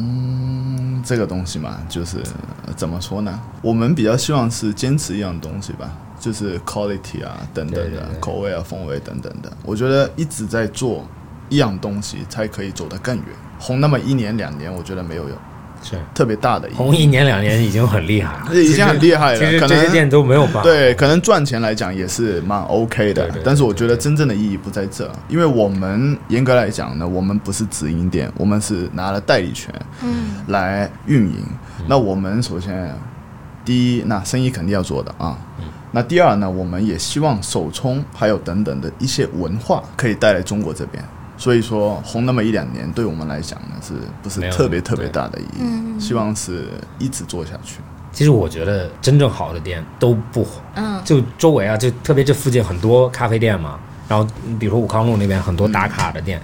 D: 红这个东西嘛，就是呃怎么说呢？我们比较希望是坚持一样东西吧，就是 quality 啊等等的
B: 对对对
D: 口味啊风味等等的。我觉得一直在做一样东西，才可以走得更远。红那么一年两年，我觉得没有有
B: 是
D: 特别大的意义
B: 红一年两年已经很厉害了，
D: 这已经很厉害了
B: 其实
D: 可
B: 这
D: 能
B: 些店都没有办法。
D: 对，可能赚钱来讲也是蛮 OK 的，
B: 对对对
D: 但是我觉得真正的意义不在这，因为我们严格来讲呢，我们不是直营店，我们是拿了代理权
A: 嗯
D: 来运营。
B: 嗯
D: 那我们首先第一，那生意肯定要做的啊。
B: 嗯
D: 那第二呢，我们也希望手冲还有等等的一些文化可以带来中国这边。所以说红那么一两年，对我们来讲呢，是不是
B: 没有
D: 特别特别
B: 对
D: 大的意
B: 嗯
D: 义？希望是一直做下去。
B: 其实我觉得真正好的店都不红，
A: 嗯
B: 就周围啊，就特别这附近很多咖啡店嘛，然后嗯比如说武康路那边很多打卡的店。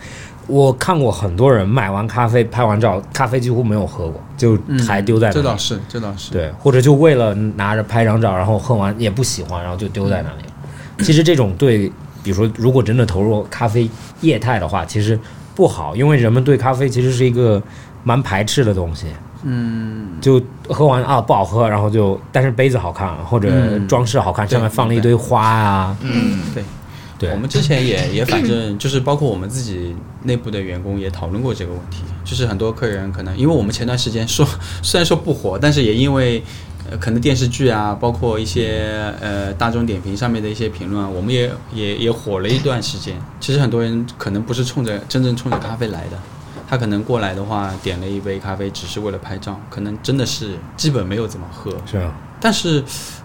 B: 我看过很多人买完咖啡拍完照，咖啡几乎没有喝过，就还丢在那
C: 嗯这
B: 里。
C: 倒是，这倒是。
B: 对，或者就为了拿着拍张照，然后喝完也不喜欢，然后就丢在那里了。
C: 嗯
B: 其实这种对，比如说如果真的投入咖啡业态的话，其实不好，因为人们对咖啡其实是一个蛮排斥的东西。嗯，就喝完啊不好喝，然后就但是杯子好看或者
C: 嗯
B: 装饰好看，
C: 对
B: 上面放了一堆花啊，
D: 嗯，
C: 对
B: 对
C: 我们之前也也反正就是包括我们自己内部的员工也讨论过这个问题，就是很多客人可能因为我们前段时间说 虽然说不火，但是也因为。呃，可能电视剧啊，包括一些呃大众点评上面的一些评论啊，我们也也也火了一段时间。其实很多人可能不是冲着真正冲着咖啡来的，他可能过来的话点了一杯咖啡，只是为了拍照，可能真的是基本没有怎么喝。
B: 是吧？
C: 但是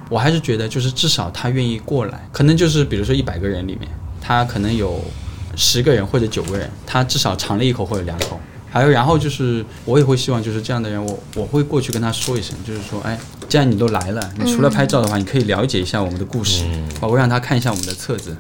C: 我还是觉得，就是至少他愿意过来，可能就是比如说一百个人里面，他可能有十个人或者九个人，他至少尝了一口或者两口。还有，然后就是我也会希望，就是这样的人，我我会过去跟他说一声，就是说，哎，既然你都来了，你除了拍照的话，你可以了解一下我们的故事，包括让他看一下我们的册子，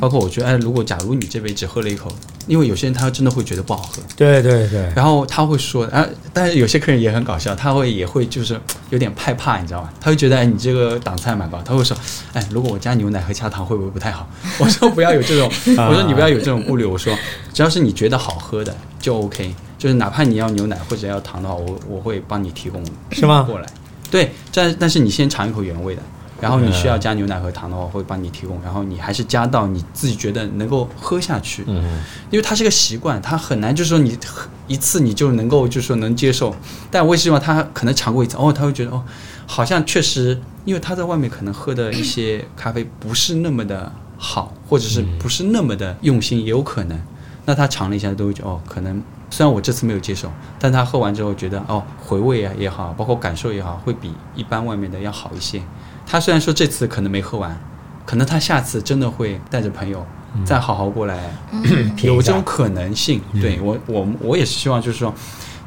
C: 包括我觉得，哎，如果假如你这杯只喝了一口，因为有些人他真的会觉得不好喝，
B: 对对对，
C: 然后他会说，啊，但是有些客人也很搞笑，他会也会就是有点害怕，你知道吗？他会觉得哎，你这个档次还蛮高，他会说，哎，如果我加牛奶和加糖会不会不太好？ 我说不要有这种，我说你不要有这种顾虑，我说只要是你觉得好喝的就 OK，就是哪怕你要牛奶或者要糖的话，我我会帮你提供
B: 是吗？
C: 过来。对，但但是你先尝一口原味的，然后你需要加牛奶和糖的话，我会帮你提供，然后你还是加到你自己觉得能够喝下去。嗯，因为它是个习惯，它很难就是说你喝一次你就能够就是说能接受，但我也希望他可能尝过一次，哦，他会觉得哦，好像确实，因为他在外面可能喝的一些咖啡不是那么的好，或者是不是那么的用心，也有可能。那他尝了一下都会觉得哦，可能虽然我这次没有接受，但他喝完之后觉得哦，回味啊也好，包括感受也好，会比一般外面的要好一些。他虽然说这次可能没喝完，可能他下次真的会带着朋友再好好过来，
B: 嗯
A: 嗯
B: 品一
C: 有这
B: 下嗯
C: 种可能性。对我，我我也是希望就是说，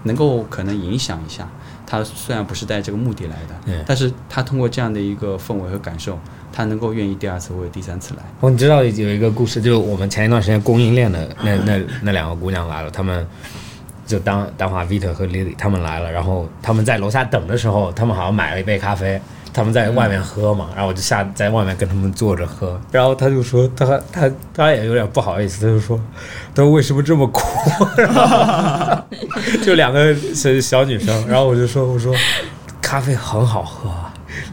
C: 能够可能影响一下。他虽然不是带这个目的来
B: 对
C: 的，但是他通过这样的一个氛围和感受，他能够愿意第二次或者第三次来。
B: 我哦你知道有一个故事，就是我们前一段时间供应链的那那那两个姑娘来了，她们就当当华 Vita 和 Lily 她们来了，然后她们在楼下等的时候，她们好像买了一杯咖啡，她们在外面喝嘛，然后我就下在外面跟她们坐着喝，然后她就说她她她也有点不好意思，她就说她说为什么这 么苦，然后就两个小小女生，然后我就说我说咖啡很好喝啊。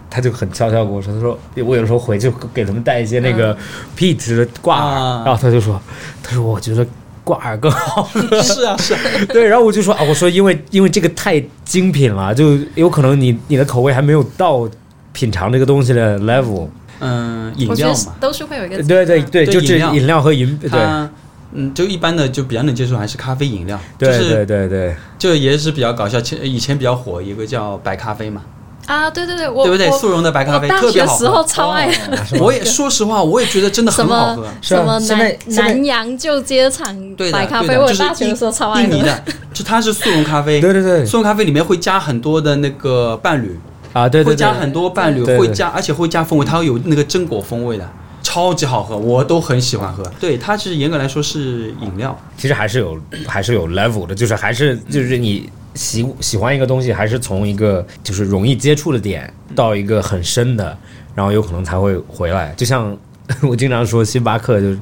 B: 他就很悄悄跟我说，他说我有时候回去给他们带一些那个 P 值的挂耳，
C: 嗯啊
B: 然后他就说，他说我觉得挂耳更好喝。
C: 是啊，是啊，
B: 对，然后我就说啊，我说因为因为这个太精品了，就有可能你你的口味还没有到品尝这个东西的 level。
C: 嗯，饮
A: 我觉
C: 料
A: 得
C: 嘛，
A: 都是会有一个
B: 对对对，
C: 对
B: 就这
C: 饮料
B: 饮料和饮对
C: 它嗯，就一般的就比较能接受还是咖啡饮料，
B: 对
C: 就
B: 对
C: 是
B: 对对，
C: 就也是比较搞笑，前以前比较火一个叫白咖啡嘛，
A: 啊，对对对，我
C: 对不对？
A: 我
C: 速溶的白咖啡
A: 我大
C: 特别
A: 学
C: 好
A: 时候
C: 喝，
A: 超爱喝
B: 啊
C: 我也说实话，我也觉得真 的
A: 什
C: 很好喝
A: 么。
B: 是啊
A: 什么
B: 现在
A: 南
B: 现在
A: 南洋旧街场
C: 对的，
A: 白咖
C: 对
A: 啡，
C: 的
A: 我
C: 就是
A: 大学的时候超爱
C: 印尼
A: 喝。
C: 的，就它是速溶咖啡，
B: 对对对
C: 速溶咖啡里面会加很多的那个伴侣，
B: 啊对对
C: 会加
B: 对，
C: 很多伴侣，
B: 对对
C: 会加，而且会加风味，它会有那个榛果风味的，超级好喝，我都很喜欢喝。对，它是严格来说是饮料，
B: 其实还是有还是有 level 的，就是还是就是你喜喜欢一个东西，还是从一个就是容易接触的点到一个很深的，然后有可能才会回来。就像 我经常说，星巴克就是，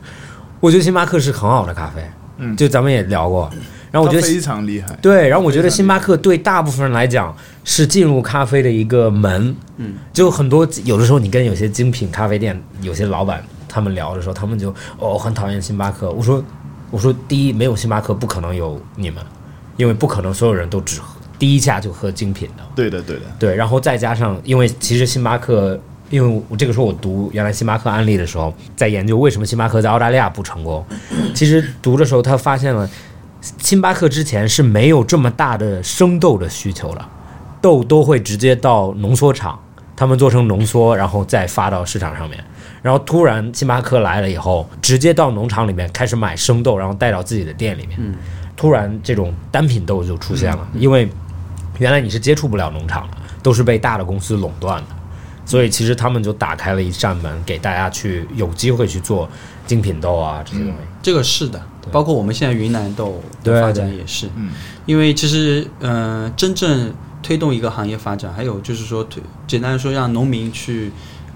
B: 我觉得星巴克是很好的咖啡，
D: 嗯
B: 就咱们也聊过。然后我觉
D: 它
B: 得
D: 非常厉害。
B: 对，然后我觉得星巴克对大部分人来讲是进入咖啡的一个门，
C: 嗯，
B: 就很多有的时候你跟有些精品咖啡店有些老板他们聊的时候，他们就哦很讨厌星巴克，我说我说第一没有星巴克不可能有你们，因为不可能所有人都只喝第一下就喝精品的，
D: 对的，对的，
B: 对，然后再加上，因为其实星巴克，因为我这个时候我读原来星巴克案例的时候，在研究为什么星巴克在澳大利亚不成功。其实读的时候，他发现了星巴克之前是没有这么大的生豆的需求了，豆都会直接到浓缩厂，他们做成浓缩，然后再发到市场上面。然后突然星巴克来了以后，直接到农场里面开始买生豆，然后带到自己的店里面。
C: 嗯
B: 突然这种单品豆就出现了，因为原来你是接触不了农场的，都是被大的公司垄断的，所以其实他们就打开了一扇门，给大家去有机会去做精品豆啊这些东西。
C: 这个是的，包括我们现在云南豆
B: 对
C: 的发展
B: 对
C: 也是，
D: 嗯，
C: 因为其实嗯、呃真正推动一个行业发展，还有就是说推，简单的说，让农民去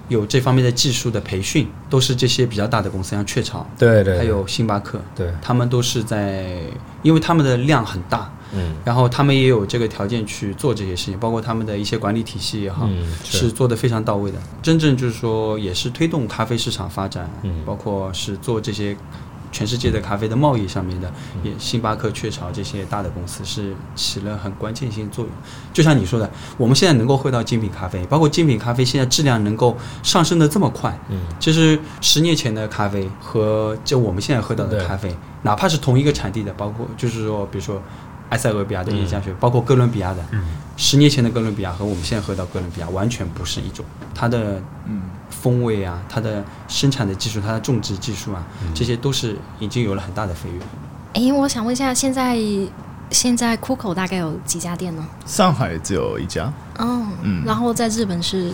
C: 有这方面的技术的培训，都是这些比较大的公司，像雀巢，
B: 对对，
C: 还有星巴克，
B: 对，
C: 他们都是在，因为他们的量很大，
B: 嗯
C: 然后他们也有这个条件去做这些事情，包括他们的一些管理体系也好，
B: 嗯
C: 是做的非常到位的。真正就是说，也是推动咖啡市场发展，
B: 嗯
C: 包括是做这些全世界的咖啡的贸易上面的，
B: 嗯
C: 也星巴克、雀巢这些大的公司是起了很关键性作用。就像你说的，我们现在能够喝到精品咖啡，包括精品咖啡现在质量能够上升的这么快，
B: 嗯
C: 其实十年前的咖啡和就我们现在喝到
B: 对
C: 的咖啡，哪怕是同一个产地的，包括就是说，比如说埃塞俄比亚的叶加
B: 嗯
C: 雪，包括哥伦比亚的，十年前的哥伦比亚和我们现在喝到哥伦比亚完全不是一种，它的
D: 嗯，
C: 风味啊，它的生产的技术，它的种植技术啊，
B: 嗯
C: 这些都是已经有了很大的飞跃。
A: 哎，我想问一下，现在现在酷口大概有几家店呢？
D: 上海只有一家，
A: 哦，
D: 嗯
A: 然后在日本是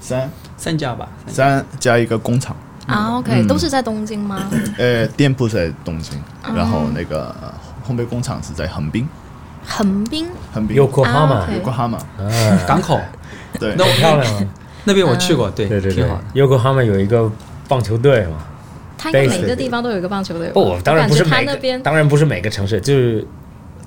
D: 三
C: 三家吧，三家
D: 三加一个工厂，
B: 嗯
A: 啊，OK，都
D: 嗯
A: 是在东京吗？
D: 呃，店铺是在东京，然后那个呃烘焙工厂是在横滨，
A: 横滨
D: 横滨
B: 有 o 哈
A: 啊
B: 嘛
A: ，OK，
D: Yokohama，
B: 嗯，
C: 港口
D: 对，
C: 那
B: 很漂亮啊，
C: 那边我去过，对，
B: 对对对
C: 挺好的。
B: ，Yokohama 有一个棒球队嘛。
A: 它应该每
B: Basically
A: 个地方都有一个棒球队吧。
B: 不，我当然
A: 感
B: 不
A: 觉
B: 是
A: 它
B: 每
A: 哦那
B: 个，
A: 边。
B: 当然不是每个城市，就是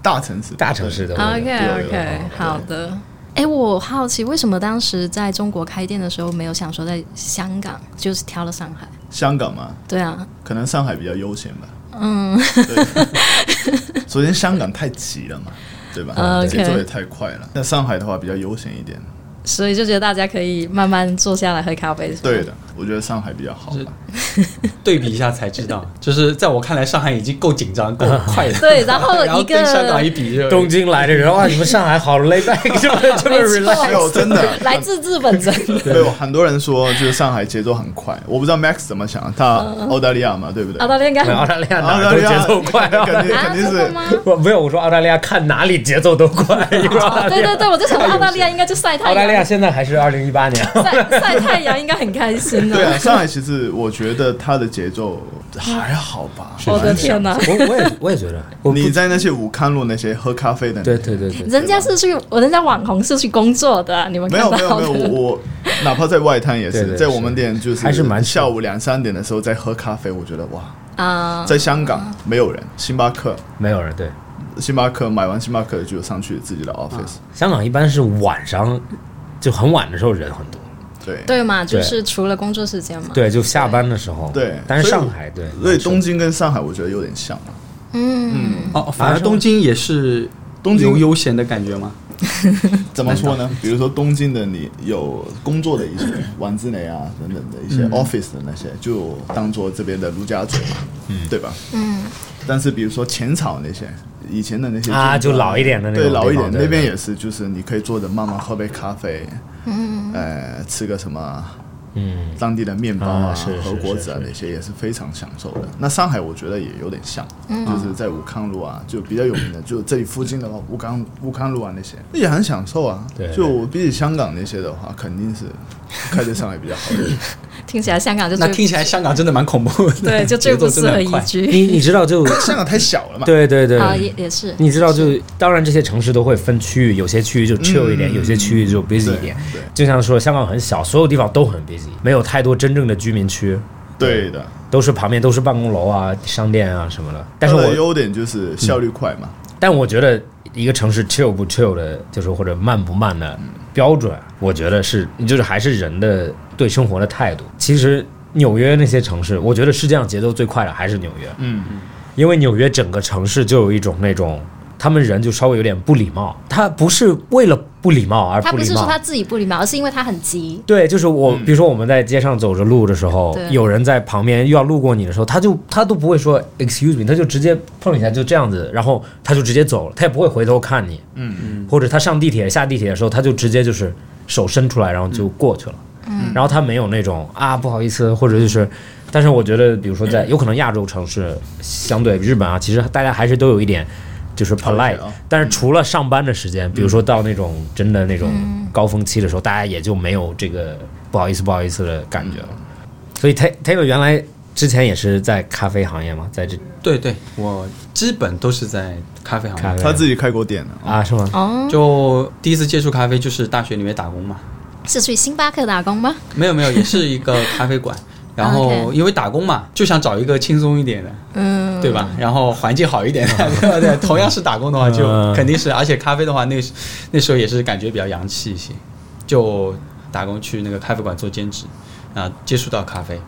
D: 大城市，
B: 大城市的。
A: OK
D: 对
A: OK，好的。哎，我好奇为什么当时在中国开店的时候没有想说在香港，就是挑了上海？
D: 对香港嘛，
A: 对啊，
D: 可能上海比较悠闲吧。嗯，对。 首先，香港太急了嘛，对吧？
A: OK
D: 节奏也太快了。那上海的话比较悠闲一点，
A: 所以就觉得大家可以慢慢坐下来喝咖啡。是吧
D: 对的，我觉得上海比较好吧。
C: 对比一下才知 道，就是在我看来，上海已经够紧张、 够快了。
A: 对然后
C: 然后
A: 一个
C: 跟香港一比就，
B: 东京来的人哇，你们上海好 laid back，这么这么 relax。
D: 哎呦，
A: ，
D: 真的
A: 来自日本人，
D: 对，我很多人说就是上海节奏很快，我不知道 Max 怎么想，他澳大利亚嘛，对不对
A: 澳？大利亚应该
B: 没有澳
A: 很
B: 大利亚哪
D: 澳
B: 儿
D: 大
B: 都
D: 利亚
B: 节奏快啊！
D: 肯定
A: 啊
D: 肯定
A: 真的
D: 是
A: 吗？
B: 我没有，我说澳大利亚看哪里节奏都快。因为澳大
A: 哦，
B: 利
A: 对对
B: 亚，
A: 对，我就想说澳大利亚应该就晒太
B: 澳大利亚
A: 阳，
B: 现在还是二零一八年，
A: 晒晒太阳应该很开心
D: 对
A: 的。
D: 啊，上海其实我觉得它的节奏还好吧。
A: 我的天哪！
B: 我我也我也觉得，我不
D: 你在那些武康路那些喝咖啡的，
B: 对对对对，
A: 人家是去，我人家网红是去工作的，啊你们
D: 没
A: 看
D: 有
A: 到
D: 没有没有，
A: 的。
D: 我我哪怕在外滩也
B: 对对
D: 是，在我们店就是
B: 还是蛮
D: 下午两三点的时候在喝咖啡，我觉得哇，
A: 啊，
D: 在香港没有人，星巴克，
B: 没有人对。
D: 星巴克买完星巴
B: 啊
D: 克就上去自己的 office，
B: 香港一般是晚上就很晚的时候人很多，
D: 对
A: 对嘛，就
B: 对
A: 是除了工作时间嘛。
B: 对，就下班的时候。
D: 对
B: 但是
D: 所以
B: 上海对，
D: 所以
B: 难受
D: 东京跟上海我觉得有点像啊，
A: 嗯，
C: 哦，反而
B: 上
C: 东京也是
D: 东京
C: 有悠闲的感觉吗？
D: 怎么说呢？比如说东京的你有工作的 一些丸之内啊等等的一
B: 嗯
D: 些 office 的那些，就当做这边的陆家嘴嘛，对吧？嗯。但是比如说浅草那些，以前的那些
B: 啊
D: 建筑
B: 就老一点的那种
D: 对老一
B: 地方
D: 点
B: 对
D: 那边也是，就是你可以坐着慢慢喝杯咖啡，嗯，呃，吃个什么。
B: 嗯，
D: 当地的面包啊、
B: 啊是是
D: 和果子啊
B: 是是
D: 那些也是非常享受的。那上海我觉得也有点像，
B: 嗯
D: 就是在武康路啊，就比较有名的，就这里附近的话，武康武康路啊那些也很享受啊。
B: 对对
D: 就比起香港那些的话，肯定是开在上海比较好 一点。
A: 听起来香港就
C: 那
A: 最
C: 听起来香港真的蛮恐怖的，
A: 对，就最
C: 节奏
A: 不适
C: 真的
A: 合
C: 很
A: 宜
C: 快
A: 居。
B: 你你知道 就
D: 香港太小了嘛，
B: 对对对，
A: 啊，也也是，
B: 你知道就，当然这些城市都会分区域，有些区域就 chill 一点，有些区域就 busy
D: 对
B: 一点。
D: 嗯对
B: 就像说香港很小，所有地方都很 busy，没有太多真正的居民区，
D: 对的。
B: 都是旁边都是办公楼啊、商店啊什么的。但是
D: 它的
B: 我
D: 优点就是效率快嘛，
B: 但我觉得一个城市 chill 不 chill 的，就是或者慢不慢的标准，我觉得是就是还是人的对生活的态度。其实纽约那些城市，我觉得世界上节奏最快的还是纽约。
D: 嗯，
B: 因为纽约整个城市就有一种那种，他们人就稍微有点不礼貌，他不是为了不礼貌而
A: 他
B: 不
A: 不
B: 礼
A: 是说
B: 貌
A: 他。自己不礼貌，而是因为他很急。
B: 对，就是我，比如说我们在街上走着路的时候
A: 对，
B: 有人在旁边又要路过你的时候，他就他都不会说 excuse me，他就直接碰一下就这样子，然后他就直接走了，他也不会回头看你，
D: 嗯
B: 嗯，或者他上地铁下地铁的时候，他就直接就是手伸出来，然后就过去了，嗯，然后他没有那种啊不好意思，或者就是，但是我觉得，比如说在有可能亚洲城市相对日本啊，其实大家还是都有一点就是
D: 差一
B: polite，
D: 点啊
B: 但是除了上班的时间，比如说到那种真的那种高峰期的时候，大家也就没有这个不好意思不好意思的感觉了。所以 Ta- Taylor 原来之前也是在咖啡行业嘛，在这
C: 对对，我基本都是在咖啡行
B: 咖
C: 业，
B: 啡
D: 他自己开过店的。
B: 啊是吗？
A: 哦，
C: 就第一次接触咖啡就是大学里面打工嘛，
A: 是去星巴克打工吗？
C: 没有没有，也是一个咖 啡馆。然
A: 啊 OK
C: 后因为打工嘛，就想找一个轻松一点的，
A: 嗯，
C: 对吧？然后环境好 一点的，对对。同样是打工的话，就
B: 嗯
C: 肯定是，而且咖啡的话，那时那时候也是感觉比较洋气一些，就打工去那个咖啡馆做兼职，啊，接触到咖啡。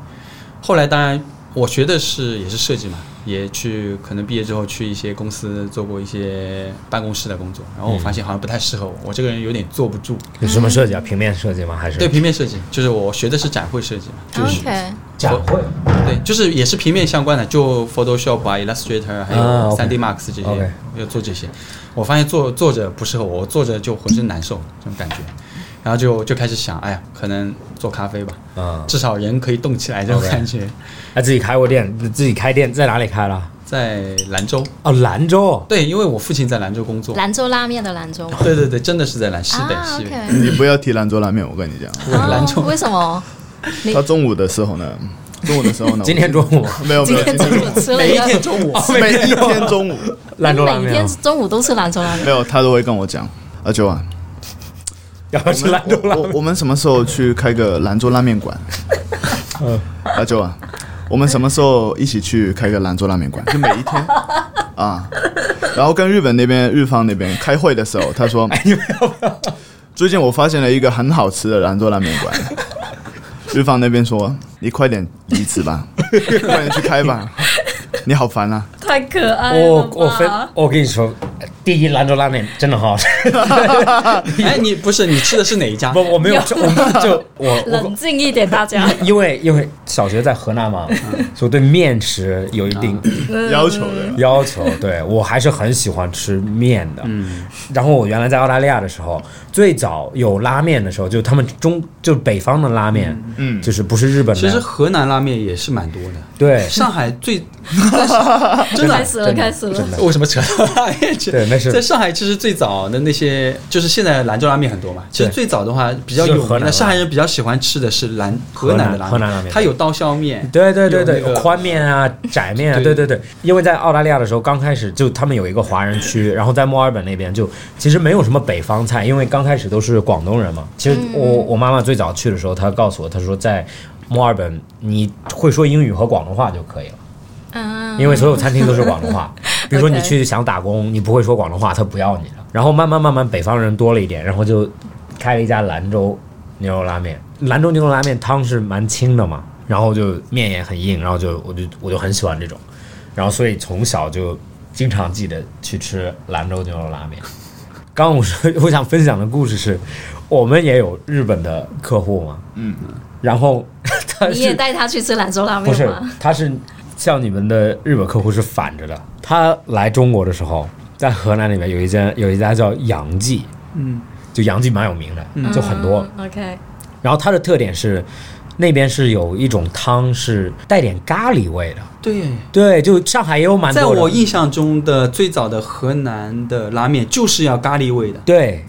C: 后来当然我学的是也是设计嘛，也去可能毕业之后去一些公司做过一些办公室的工作，然后我发现好像不太适合我，我这个人有点坐不住。
B: 有什么设计啊？平面设计吗？还是
C: 对平面设计，就是我学的是展会设计嘛，就是
A: OK，
B: 展会？
C: 对，就是也是平面相关的，就 Photoshop 啊、Illustrator 还有
B: 啊，OK
C: 3D Max 这些，
B: OK
C: 要做这些。我发现坐坐着不适合我，我坐着就浑身难受这种感觉，然后就就开始想，哎呀，可能做咖啡吧，
B: 嗯，
C: 至少人可以动起来这种
B: OK
C: 感觉。
B: 他自己开过店，自己开店在哪里开了？
C: 在兰州，
B: 哦，兰州。
C: 对，因为我父亲在兰州工作，
A: 兰州拉面的兰州吗？
C: 对对对，真的是在兰西北
A: 啊
C: 西北，
A: ，OK，
D: 你不要提兰州拉面，我跟你讲，
B: 哎
A: 哦
C: 兰州
A: 为什么？你
D: 他中午的时候呢，中午的时候呢，我
B: 今天中午，
D: 没有没
A: 今
D: 有，
A: 天中午吃了
C: 每
A: 一
C: 一
A: 个
C: 天中午
D: 每一天中午
B: 兰州拉
A: 你每
B: 面
A: 天中午都吃兰州拉面
D: 没。有，他都会跟我讲，阿九啊。
B: 要不要吃 兰州拉
D: 我我
B: 面？
D: 我们什么时候去开个兰州拉面 馆？阿周啊，我们什么时候一起去开个兰州拉面馆？就每一天 啊，然后跟日本那边日方那边开会的时候，他 说，最近我发现了一个很好吃的兰州拉面馆。日方那边说，你快点移植 吧，快点去开吧，你好烦啊！
A: 太可爱
B: 我我分，我跟你说，第一兰州拉面真的很好吃。
C: 哎，你不是你吃的是哪一家
B: 不，？我没有吃，我们就我我
A: 冷静一点，大家。
B: 因为因为小学在河南嘛，所以对面食有一定
D: 要求的，
B: 要求。对我还是很喜欢吃面的。嗯，然后我原来在澳大利亚的时候，最早有拉面的时候，就他们中就北方的拉面，
D: 嗯
B: 就是不是日本的。
C: 其实河南拉面也是蛮多的，
B: 对
C: 上海最
A: 真开始了，
B: 真的
A: 开始了
B: 真。的
C: 为什么扯到拉面去？
B: 对没事
C: 在上海，其实最早的那些，就是现在兰州拉面很多嘛。其实最早的话，比较
B: 就是
C: 有
B: 河南
C: 名的
B: 拉
C: 上海人比较喜欢吃的是兰河南的拉面，
B: 河南河南拉面
C: 它有刀削面，
B: 对对对对，
C: 有那个
B: 宽面 啊，窄面啊，对
C: 对
B: 对对，因为在澳大利亚的时候，刚开始就他们有一个华人区，然后在墨尔本那边就其实没有什么北方菜，因为刚开始都是广东人嘛。其实我我妈妈最早去的时候，她告诉我，她说在墨尔本你会说英语和广东话就可以了，
A: 嗯，
B: 因为所有餐厅都是广东 话。比如说你
A: OK
B: 去想打工，你不会说广东话，他不要你了。然后慢慢慢慢北方人多了一点，然后就开了一家兰州牛肉拉面。兰州牛肉拉面汤是蛮清的嘛，然后就面也很硬，然后就我就我就很喜欢这种，然后所以从小就经常记得去吃兰州牛肉拉 面。刚刚我说我想分享的故事是，我们也有日本的客户嘛，嗯，然后 他
A: 你也
B: 是
A: 带他去吃兰州拉
B: 不
A: 面
B: 是
A: 吗？
B: 他是像你们的日本客户是反着的，他来中国的时候，在河南那边有一间有一家叫杨记，
C: 嗯，
B: 就杨记蛮有名的，就很多，
A: 嗯 OK，
B: 然后它的特点是，那边是有一种汤是带点咖喱味的。
C: 对。
B: 对，就上海也有蛮
C: 在
B: 多的。
C: 我印象中的最早的河南的拉面就是要咖喱味的，
B: 对，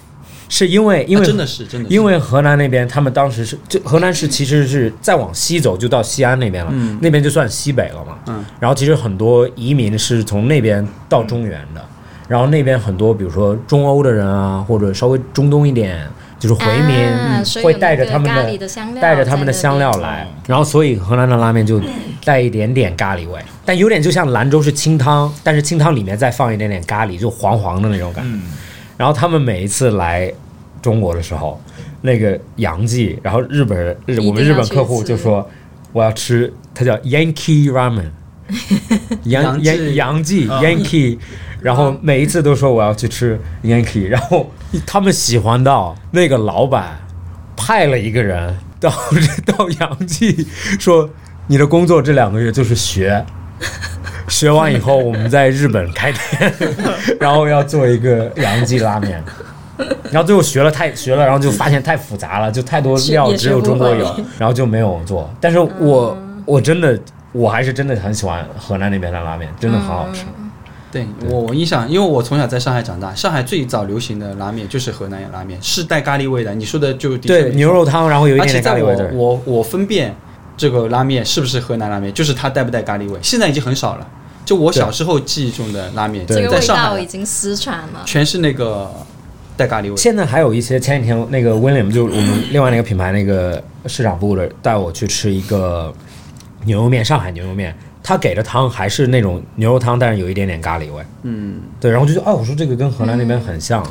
B: 是因为因为、
C: 啊真的是真的是
B: 因为河南那边他们当时是，就河南是其实是再往西走就到西安那边了，
C: 嗯
B: 那边就算西北了嘛。
C: 嗯，
B: 然后其实很多移民是从那边到中原的，然后那边很多比如说中欧的人啊，或者稍微中东一点，就是回民、
A: 啊所以
B: 会
A: 有
B: 带着
A: 那个
B: 他们
A: 咖
B: 的
A: 喱的香料
B: 带着他们的
A: 在那
B: 香料
A: 边
B: 来，然后所以河南的拉面就带一点点咖喱味，但有点就像兰州是清汤，但是清汤里面再放一点点咖喱，就黄黄的那种感觉。然后他们每一次来中国的时候，那个杨记，然后日本人日
A: 定要
B: 我们日本
A: 去
B: 客户
A: 吃
B: 就说我要吃，它叫 Yankee Ramen，杨
C: 杨
B: 杨
C: 记嗯
B: 杨记 Yankee，然后每一次都说我要去吃
C: 嗯
B: Yankee，然后他们喜欢到那个老板派了一个人到 到杨记说你的工作这两个月就是学。学完以后，我们在日本开店， 然后要做一个杨记拉面，然后最后学了太学了，然后就发现太复杂了，就太多料
A: 也学
B: 只有中国
A: 不
B: 有
A: 会，嗯
B: 然后就没有做。但是我、我真的我还是真的很喜欢河南那边的拉面，真的很好
C: 嗯
B: 吃。
C: 对我我印象，因为我从小在上海长大，上海最早流行的拉面就是河南拉面，是带咖喱味的。你说的就的确
B: 对，
C: 没
B: 牛
C: 错
B: 肉汤，然后有一
C: 而
B: 点
C: 且
B: 点
C: 在
B: 咖喱味
C: 我
B: 对
C: 我我分辨这个拉面是不是河南拉面，就是它带不带咖喱味。现在已经很少了，就我小时候记忆中的拉面，
A: 这
B: 对
A: 个
C: 在
A: 味
C: 上
A: 道已
C: 海
A: 经失传了。
C: 全是那个带咖喱味。
B: 现在还有一些，前几天那个 William 就我们另外那个品牌那个市场部的带我去吃一个牛肉面，上海牛肉面，他给的汤还是那种牛肉汤，但是有一点点咖喱味。
C: 嗯，
B: 对，然后就觉得，哦，我说这个跟河南那边很像。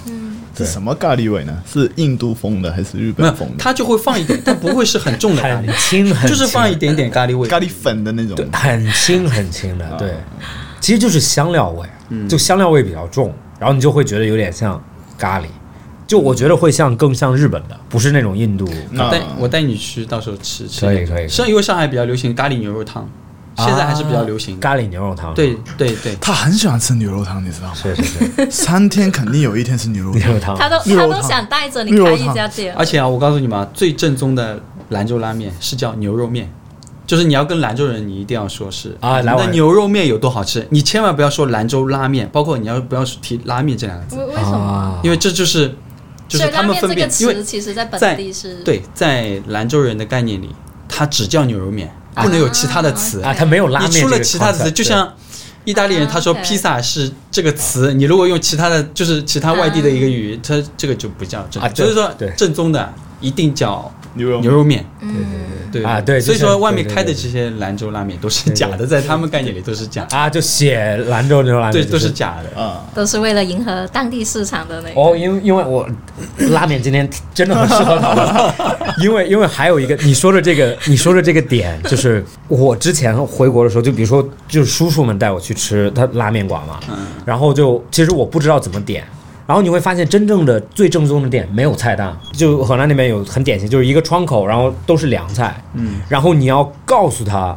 D: 这什么咖喱味呢？是印度风的还是日
C: 没
D: 本
C: 有
D: 风，的？
C: 它就会放一点，它不会是很重的咖
B: 很
C: 喱，
B: 轻，很
C: 就是
B: 轻
C: 放一点点咖喱味。
D: 咖喱粉的那种
B: 对，很轻很轻
C: 嗯
B: 的，对，其实就是香料味，就香料味比较重，然后你就会觉得有点像咖喱，就我觉得会像更像日本的，不是那种印度。
D: 那
C: 我带我带你去，到时候吃吃。
B: 啊可以可以可以
C: 上因为上海比较流行咖喱牛肉汤，现在还是比较流行的。
B: 咖喱牛肉汤，
C: 对，对对，
D: 他很喜欢吃牛肉汤，你知 道吗？
B: 是是是，
D: 三天肯定有一天是牛肉
B: 牛
D: 汤
B: 肉。汤
A: 他都
D: 绿
A: 他
D: 豆
A: 都
D: 汤
A: 想带着你
D: 绿豆
A: 开一
D: 汤
A: 家店，
C: 而且啊，我告诉你们啊，最正宗的兰州拉面是叫牛肉面，就是你要跟兰州人，你一定要说是
B: 啊来
C: 那
B: 碗
C: 牛肉面有多好吃，你千万不要说兰州拉面，包括你要不要提拉面这两个字，
A: 为为什么？
B: 啊，
C: 因为这就是就
A: 所
C: 是
A: 以
C: 他
A: 拉
C: 们
A: 面这
C: 分
A: 个
C: 辨，因为
A: 词其实在本
C: 在
A: 地是，
C: 对在兰州人的概念里，它只叫牛肉面，不能有其他的词。
B: 啊，它没有拉面
C: 你
B: 这个 concept，对，
C: 出了其他词，就像意大利人他说
A: 啊，OK
C: 披萨是这个词，你如果用其他的就是其他外地的一个语，它这个就不叫正
B: 啊，对
C: 所以说
B: 对
C: 正宗的一定叫
D: 牛肉
C: 牛肉面。
A: 嗯，
C: 对
B: 啊对
C: 所以
B: 就
C: 说
B: 像
C: 外
B: 对
C: 面
B: 对
C: 开的
B: 对
C: 这些兰州拉面都是
B: 对
C: 假的，在他们概念里都是 假，
B: 啊，就写兰州牛肉拉
C: 对，
B: 面，
C: 都是。假的。
D: 啊，
A: 都是为了迎合当地市场的那个。
B: 哦，因为因为我拉面今天真的很适合讨 论，因为因为还有一个你说的这个你说的这个点，就是我之前回国的时候，就比如说就是叔叔们带我去吃他拉面馆嘛，然后就其实我不知道怎么点。然后你会发现，真正的最正宗的店没有菜单，就河南那边有很典型，就是一个窗口，然后都是凉菜，嗯，然后你要告诉他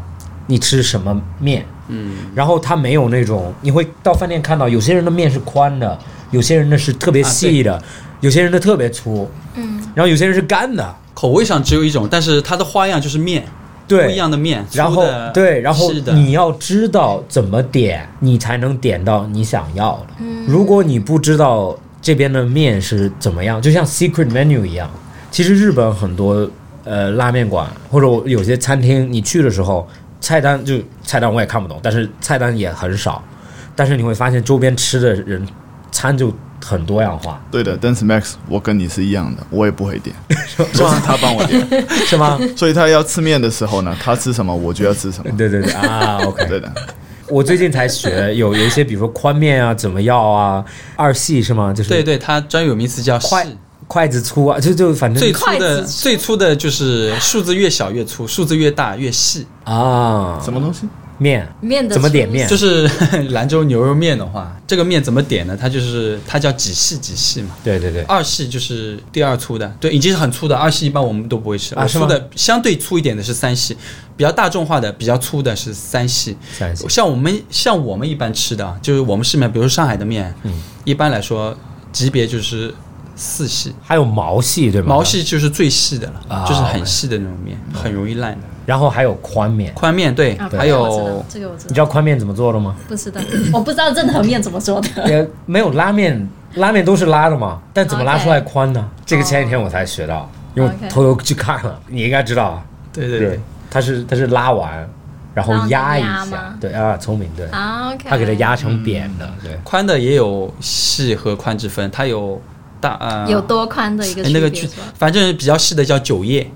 B: 你吃什么面，
C: 嗯，
B: 然后它没有那种，你会到饭店看到有些人的面是宽的，有些人的是特别
C: 啊
B: 细的，有些人的特别粗，
A: 嗯，
B: 然后有些人是干的，
C: 口味上只有一种，但是它的花样就是面，不
B: 对，
C: 一样的面。
B: 然
C: 粗
B: 后
C: 的
B: 对，然后
C: 是的，
B: 你要知道怎么点，你才能点到你想要的。如果你不知道这边的面是怎么样，就像 secret menu 一样，其实日本很多呃拉面馆或者我有些餐厅，你去的时候菜单就菜单我也看不懂，但是菜单也很少，但是你会发现周边吃的人餐就很多样化，
D: 对的。但是 Max，我跟你是一样的，我也不会点，都是他帮我点。
B: 是吗？
D: 所以他要吃面的时候呢，他吃什么我就要吃什么。
B: 对对对啊，OK，
D: 对的，
B: 我最近才学有有一些，比如说宽面啊，怎么要啊，二细是吗？就是
C: 对对，它专有名词叫
B: 快
C: 是
B: 筷子粗啊，就就反正
C: 最粗
A: 筷
C: 的
A: 子粗
C: 最粗的就是数字越小越粗，数字越大越细。
B: 啊
D: 什么东西？
B: 面
A: 面的
B: 怎么点
A: 粗
B: 面
C: 就是 兰州牛肉面的话，这个面怎么点呢？它就是它叫几细几细嘛。
B: 对对对，
C: 二细就是第二粗的，对，已经是很粗的。二细一般我们都不会吃，
B: 啊
C: 我
B: 是
C: 粗
B: 吗
C: 的相对粗一点的是三细，比较大众化的、比较粗的是三细。
B: 三鲜
C: 像我们像我们一般吃的啊，就是我们市面，比如说上海的面，
B: 嗯
C: 一般来说级别就是四细，
B: 还有毛细对吗？
C: 毛，细就是最细的了，
B: 啊
C: 就是很细的那种面，很容易烂。
B: 然后还有宽面，
C: 宽面对，
A: 啊，我
C: 还
A: 知道
C: 有
A: 这个我知
B: 你
A: 道，
B: 知道宽面怎么做的吗？
A: 不知道，我不知道任何面怎么做的。
B: 也没有拉面，拉面都是拉的嘛，但怎么拉出来宽呢？这个前几天我才学到，因为我
A: 哦 OK
B: 偷偷去看了，你应该知道，
C: 对对对，，
B: 它是它是拉完，然后
A: 然后
B: 压一
A: 压
B: 下
A: 吗，
B: 对啊，聪明对，
A: 啊，OK，
B: 他给它压成扁的，对。
C: 宽的也有细和宽之分，它有大呃
A: 有多宽的一个
C: 哎那个
A: 区
C: 去
A: 别是吧，
C: 反正比较细的叫韭叶，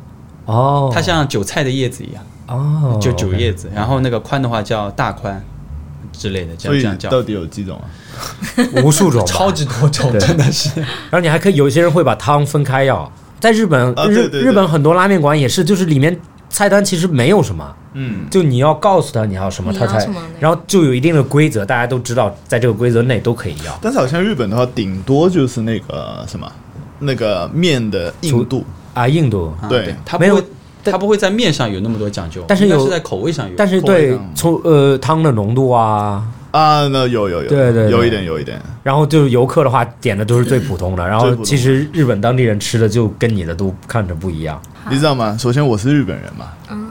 B: 哦，
C: 它像韭菜的叶子一样，
B: 哦，
C: 就韭
B: OK
C: 叶子。然后那个宽的话叫大宽之类的，这
D: 所
C: 样
D: 以
C: 这样 叫。
D: 到底有几种啊？
B: 无数种吧，
C: 超级多种，
B: 对
C: 真的是。
B: 然后你还可以有一些人会把汤分开要，在日本、
D: 啊
B: 日
D: 对对对
B: 日本很多拉面馆也是，就是里面菜单其实没有什么，
D: 嗯，
B: 就你要告诉他你要什么，
A: 你
B: 他
A: 要
B: 才
A: 什么那个
B: 然后就有一定的规则，大家都知道在这个规则内都可以要。
D: 但是好像日本的话，顶多就是那个什么，那个面的硬度，
B: 啊，印度，
C: 啊
D: 对
C: 它不
B: 没有
C: 会，它不会在面上有那么多讲究，
B: 但是
C: 应该
B: 有
C: 是在口味上有。
B: 但是
D: 口味
B: 对
D: 上
B: 从呃汤的浓度啊，
D: 啊，那有有有，
B: 对对对
D: 有一点有一点，
B: 然后就是游客的话点的都是最普通的，然后
D: 最普通的
B: 其实日本当地人吃的就跟你的都看着不一样。
D: 你知道吗？首先我是日本人嘛，
A: 嗯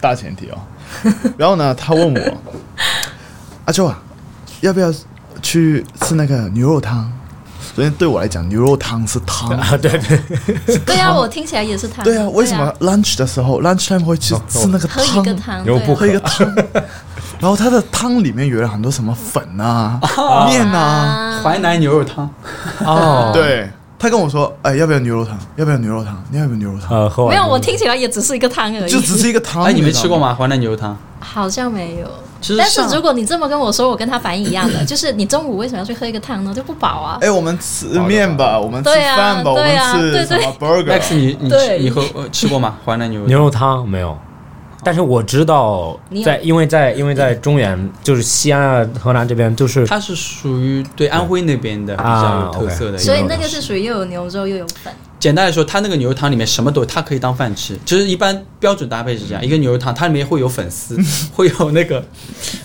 D: 大前提哦。 然后呢，他问 我，阿秋啊，要不要去吃那个牛肉汤？首先对我来讲，牛肉汤是汤。
B: 啊，对对，
A: 对啊，我听起来也是汤。
D: 对啊，为什么 lunch 的时候 lunch time 会
B: 哦
D: 去吃那个
A: 喝一
D: 汤？
A: 个汤？
B: 牛
A: 对啊
B: 不
D: 喝一个汤， 然后它的汤里面有了很多什么粉啊、面啊，
A: 啊，
C: 淮南牛肉汤，
B: 哦，，
D: 对。他跟我说：“哎，要不要牛肉汤？要不要牛肉汤？你要不要牛肉汤
B: 呃，喝完
A: 没有，
B: 了
A: 我听起来也只是一个汤而？”已，
D: 就只是一个汤。
C: 哎，你没
D: 知道
C: 吃过？吗？淮南牛肉汤，
A: 好像没有。
C: 其实
A: 但是
C: 上
A: 如果你这么跟我说，我跟他反应一样的，就是你中午为什么要去喝一个汤呢？就不饱啊。
D: 哎，我们吃面吧，我们吃
A: 对啊
D: 饭吧，我
A: 对啊
D: 们吃什
A: 对
D: 么
A: 对
C: Max，
D: burger？
C: 你你吃
A: 对
C: 你喝呃吃过吗？淮南牛肉
B: 牛
C: 汤
B: 肉汤没有，但是我知道
A: 你有
B: 在，因为在因为在中原，就是西安啊、河南这边，就是
C: 它是属于对安徽那边的比较有
B: 啊
C: 特色的一
B: OK
C: 个。
A: 所以那个是属于又有牛肉又有粉，
C: 简单来说，它那个牛肉汤里面什么都有，它可以当饭吃。就是一般标准搭配是这样，一个牛肉汤它里面会有 粉丝，会有那个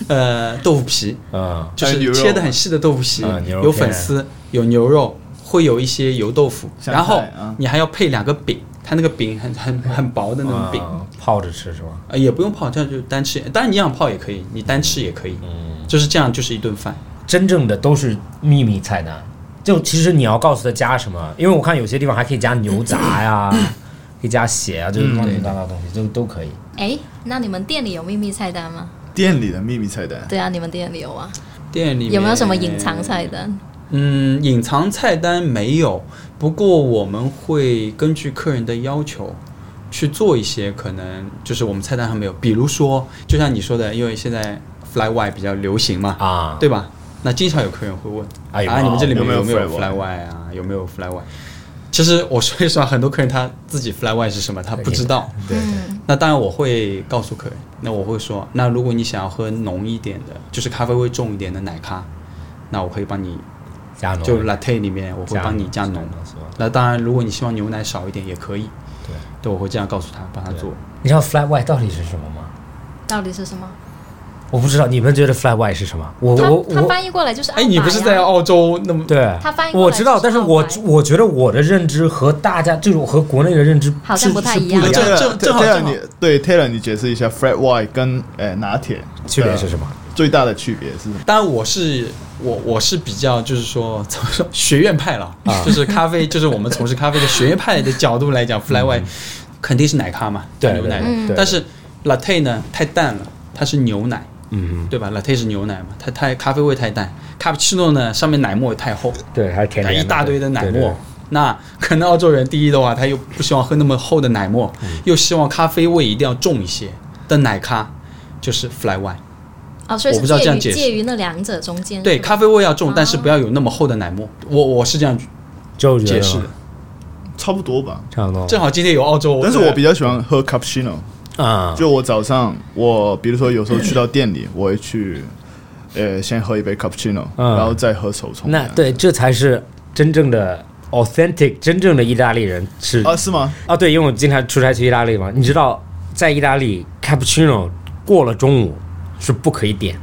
C: 呃豆腐皮，
B: 嗯
C: 就
D: 还有
C: 是
D: 牛肉
C: 切的很细的豆腐皮
B: 啊，牛肉
C: 有
B: 片
C: 粉丝，有牛肉，会有一些油豆腐，
D: 香菜
C: 然后
D: 啊
C: 你还要配两个饼，它那个饼很很很薄的那种饼，
B: 啊泡着吃是吗？
C: 呃，也不用泡，这样就单吃。当然你想泡也可以，你单吃也可以，就是这样，就是一顿饭。
B: 真正的都是秘密菜单，就其实你要告诉他加什么，因为我看有些地方还可以加牛杂呀、 可以加血啊，就是
C: 嗯
B: 乱七八糟的东西，就都可以。
A: 哎，那你们店里有秘密菜单吗？
D: 店里的秘密菜单，
A: 对啊，你们店里有啊？
C: 店里面
A: 有没有什么隐藏菜单？
C: 嗯，隐藏菜单没有，不过我们会根据客人的要求去做一些可能就是我们菜单上没有，比如说就像你说的，因为现在 fly y 比较流行嘛，
B: 啊，
C: 对吧？那经常有客人会问
B: 哎呦
C: 啊，你们这里面
D: 有没有
C: 有没有
D: fly
C: fly y 啊？有没有 fly y？其实我说实话，很多客人他自己 fly y 是什么，他不知道。
B: 对
A: 嗯
B: 嗯
C: 那当然我会告诉客人，那我会说，那如果你想要喝浓一点的，就是咖啡味重一点的奶咖，那我可以帮你
B: 加浓
C: 就 latte 里面我会
B: 加
C: 帮你加浓。那当然，如果你希望牛奶少一点也可以，
B: 对，
C: 对，我会这样告诉他，帮他做。
B: 你知道 flat white 到底是什么吗？
A: 到底是什么？
B: 我不知道，你们觉得 flat white 是什么？我
A: 它
B: 我
A: 它
B: 我
A: 翻译过来就是
C: 哎，你不
B: 啊
C: 是在
A: 澳
C: 澳洲那么
B: 对，
A: 它翻译过来
B: 我知道，
A: 就是
B: 但是我
A: 澳白
B: 我觉得我的认知和大家就是我和国内的认知
A: 好像
B: 是
A: 不太
B: 是
A: 一样
B: 的
C: 正
D: 对
C: 正正好
D: ，Taylor，
C: 正好
D: 你对 Taylor，你解释一下 flat white 跟呃拿铁
B: 区别是什么？
D: 最大的区别是什么？
C: 当然我是我我是比较就是说怎么说学院派了，
B: 啊
C: 就是咖啡，就是我们从事咖啡的学院派的角度来讲，fly y 肯定是奶咖嘛，
B: 嗯对
C: 牛奶
B: 对对
C: 的
B: 对。
C: 但是 latte 呢太淡了，它是牛奶，
B: 嗯，
C: 对吧？latte 是牛奶嘛，它太咖啡味太淡。卡布奇诺呢上面奶沫也太厚，
B: 对，还是甜甜的
C: 一大堆的奶沫。
B: 对对对
C: 那可能澳洲人第一的话，他又不希望喝那么厚的奶沫，
B: 嗯
C: 又希望咖啡味一定要重一些的奶咖，就是 fly one。
A: 哦，所以
C: 我不
A: 是
C: 知道这
A: 介
C: 样
A: 于
C: 解释
A: 介于那两者中间。
B: 嗯
C: 对，
A: 是吧
C: 咖啡味要重，但是不要有那么厚的奶沫。我我是这样
B: 就觉
C: 解
B: 得
C: 释的。
D: 差不多吧。
B: 差不多
C: 正好今天有澳洲，
D: 但是我比较喜欢喝 cappuccino，
B: 啊，
D: 就我早上我比如说有时候去到店里，我会去，呃，先喝一杯 cappuccino，、
B: 嗯
D: 然后再喝手冲。
B: 那对，这才是真正的 authentic，真正的意大利人是
D: 啊，是吗？
B: 啊，对，因为我经常出差去意大利嘛，你知道，在意大利 cappuccino 过了中午是不可以点，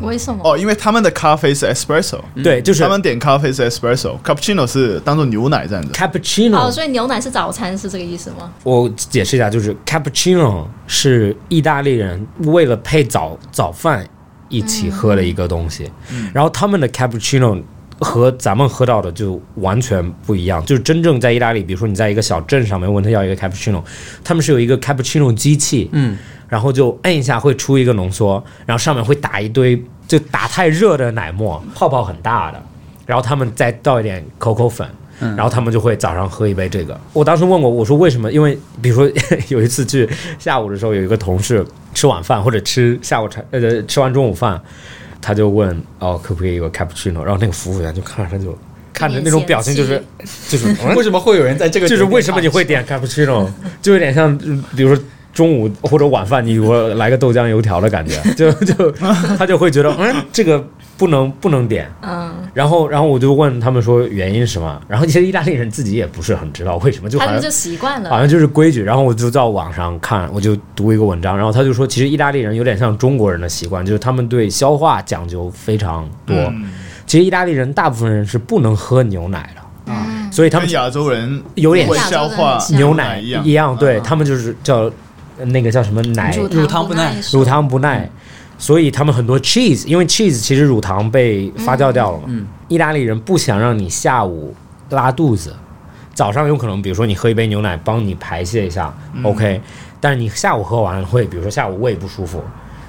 A: 为什么？
D: 哦，因为他们的咖啡是 espresso，、
B: 对，就是
D: 他们点咖啡是 espresso，cappuccino 是当做牛奶这样的。
A: 哦，
B: cappuccino，
A: 所以牛奶是早餐，是这个意思吗？
B: 我解释一下，就是 cappuccino 是意大利人为了配早早饭一起喝的一个东西，然后他们的 cappuccino。和咱们喝到的就完全不一样，就是真正在意大利，比如说你在一个小镇上面问他要一个 cappuccino，他们是有一个 cappuccino 机器，
C: 嗯，
B: 然后就摁一下会出一个浓缩，然后上面会打一堆就打太热的奶沫，泡泡很大的，然后他们再倒一点可可粉。然后他们就会早上喝一杯这个。我当时问过，我说为什么？因为 比如说有一次去下午的时候，有一个同事吃晚饭或者吃下午茶，呃，吃完中午饭，他就问哦可不可以有个 cappuccino，然后那个服务员就看着他就看着那种表情就是就是嗯
C: 为什么会有人在这个
B: 就是
C: 点
B: 为什么你会点 cappuccino，就有点像，嗯比如说中午或者晚饭，你给我来个豆浆油条的感觉，就就他就会觉得，嗯，这个不能不能点。
A: 嗯，
B: 然后然后我就问他们说原因是什么，然后其实意大利人自己也不是很知道为什么，就好
A: 他们
B: 像
A: 就习惯
B: 好
C: 啊
A: 了。
B: 像就是规矩。然后我就到网上看，我就读一个文章，然后他就说，其实意大利人有点像中国人的习惯，就是他们对消化讲究非常多。
D: 嗯
B: 其实意大利人大部分人是不能喝牛奶的，
A: 嗯
B: 所以他们
D: 跟亚洲人
B: 有点
D: 会消化
A: 像
B: 牛奶
D: 一样，
B: 一样，对
D: 嗯
B: 他们就是叫呃那个叫什么奶
C: 哎乳糖不耐
B: 乳糖不
A: 嗯
B: 耐，所以他们很多 cheese，因为 cheese 其实乳糖被发酵掉了嘛。
C: 嗯
B: 意大利人不想让你下午拉肚子，早上有可能比如说你喝一杯牛奶帮你排泄一下、o
C: 嗯
B: k 但是你下午喝完会，比如说下午胃不舒服。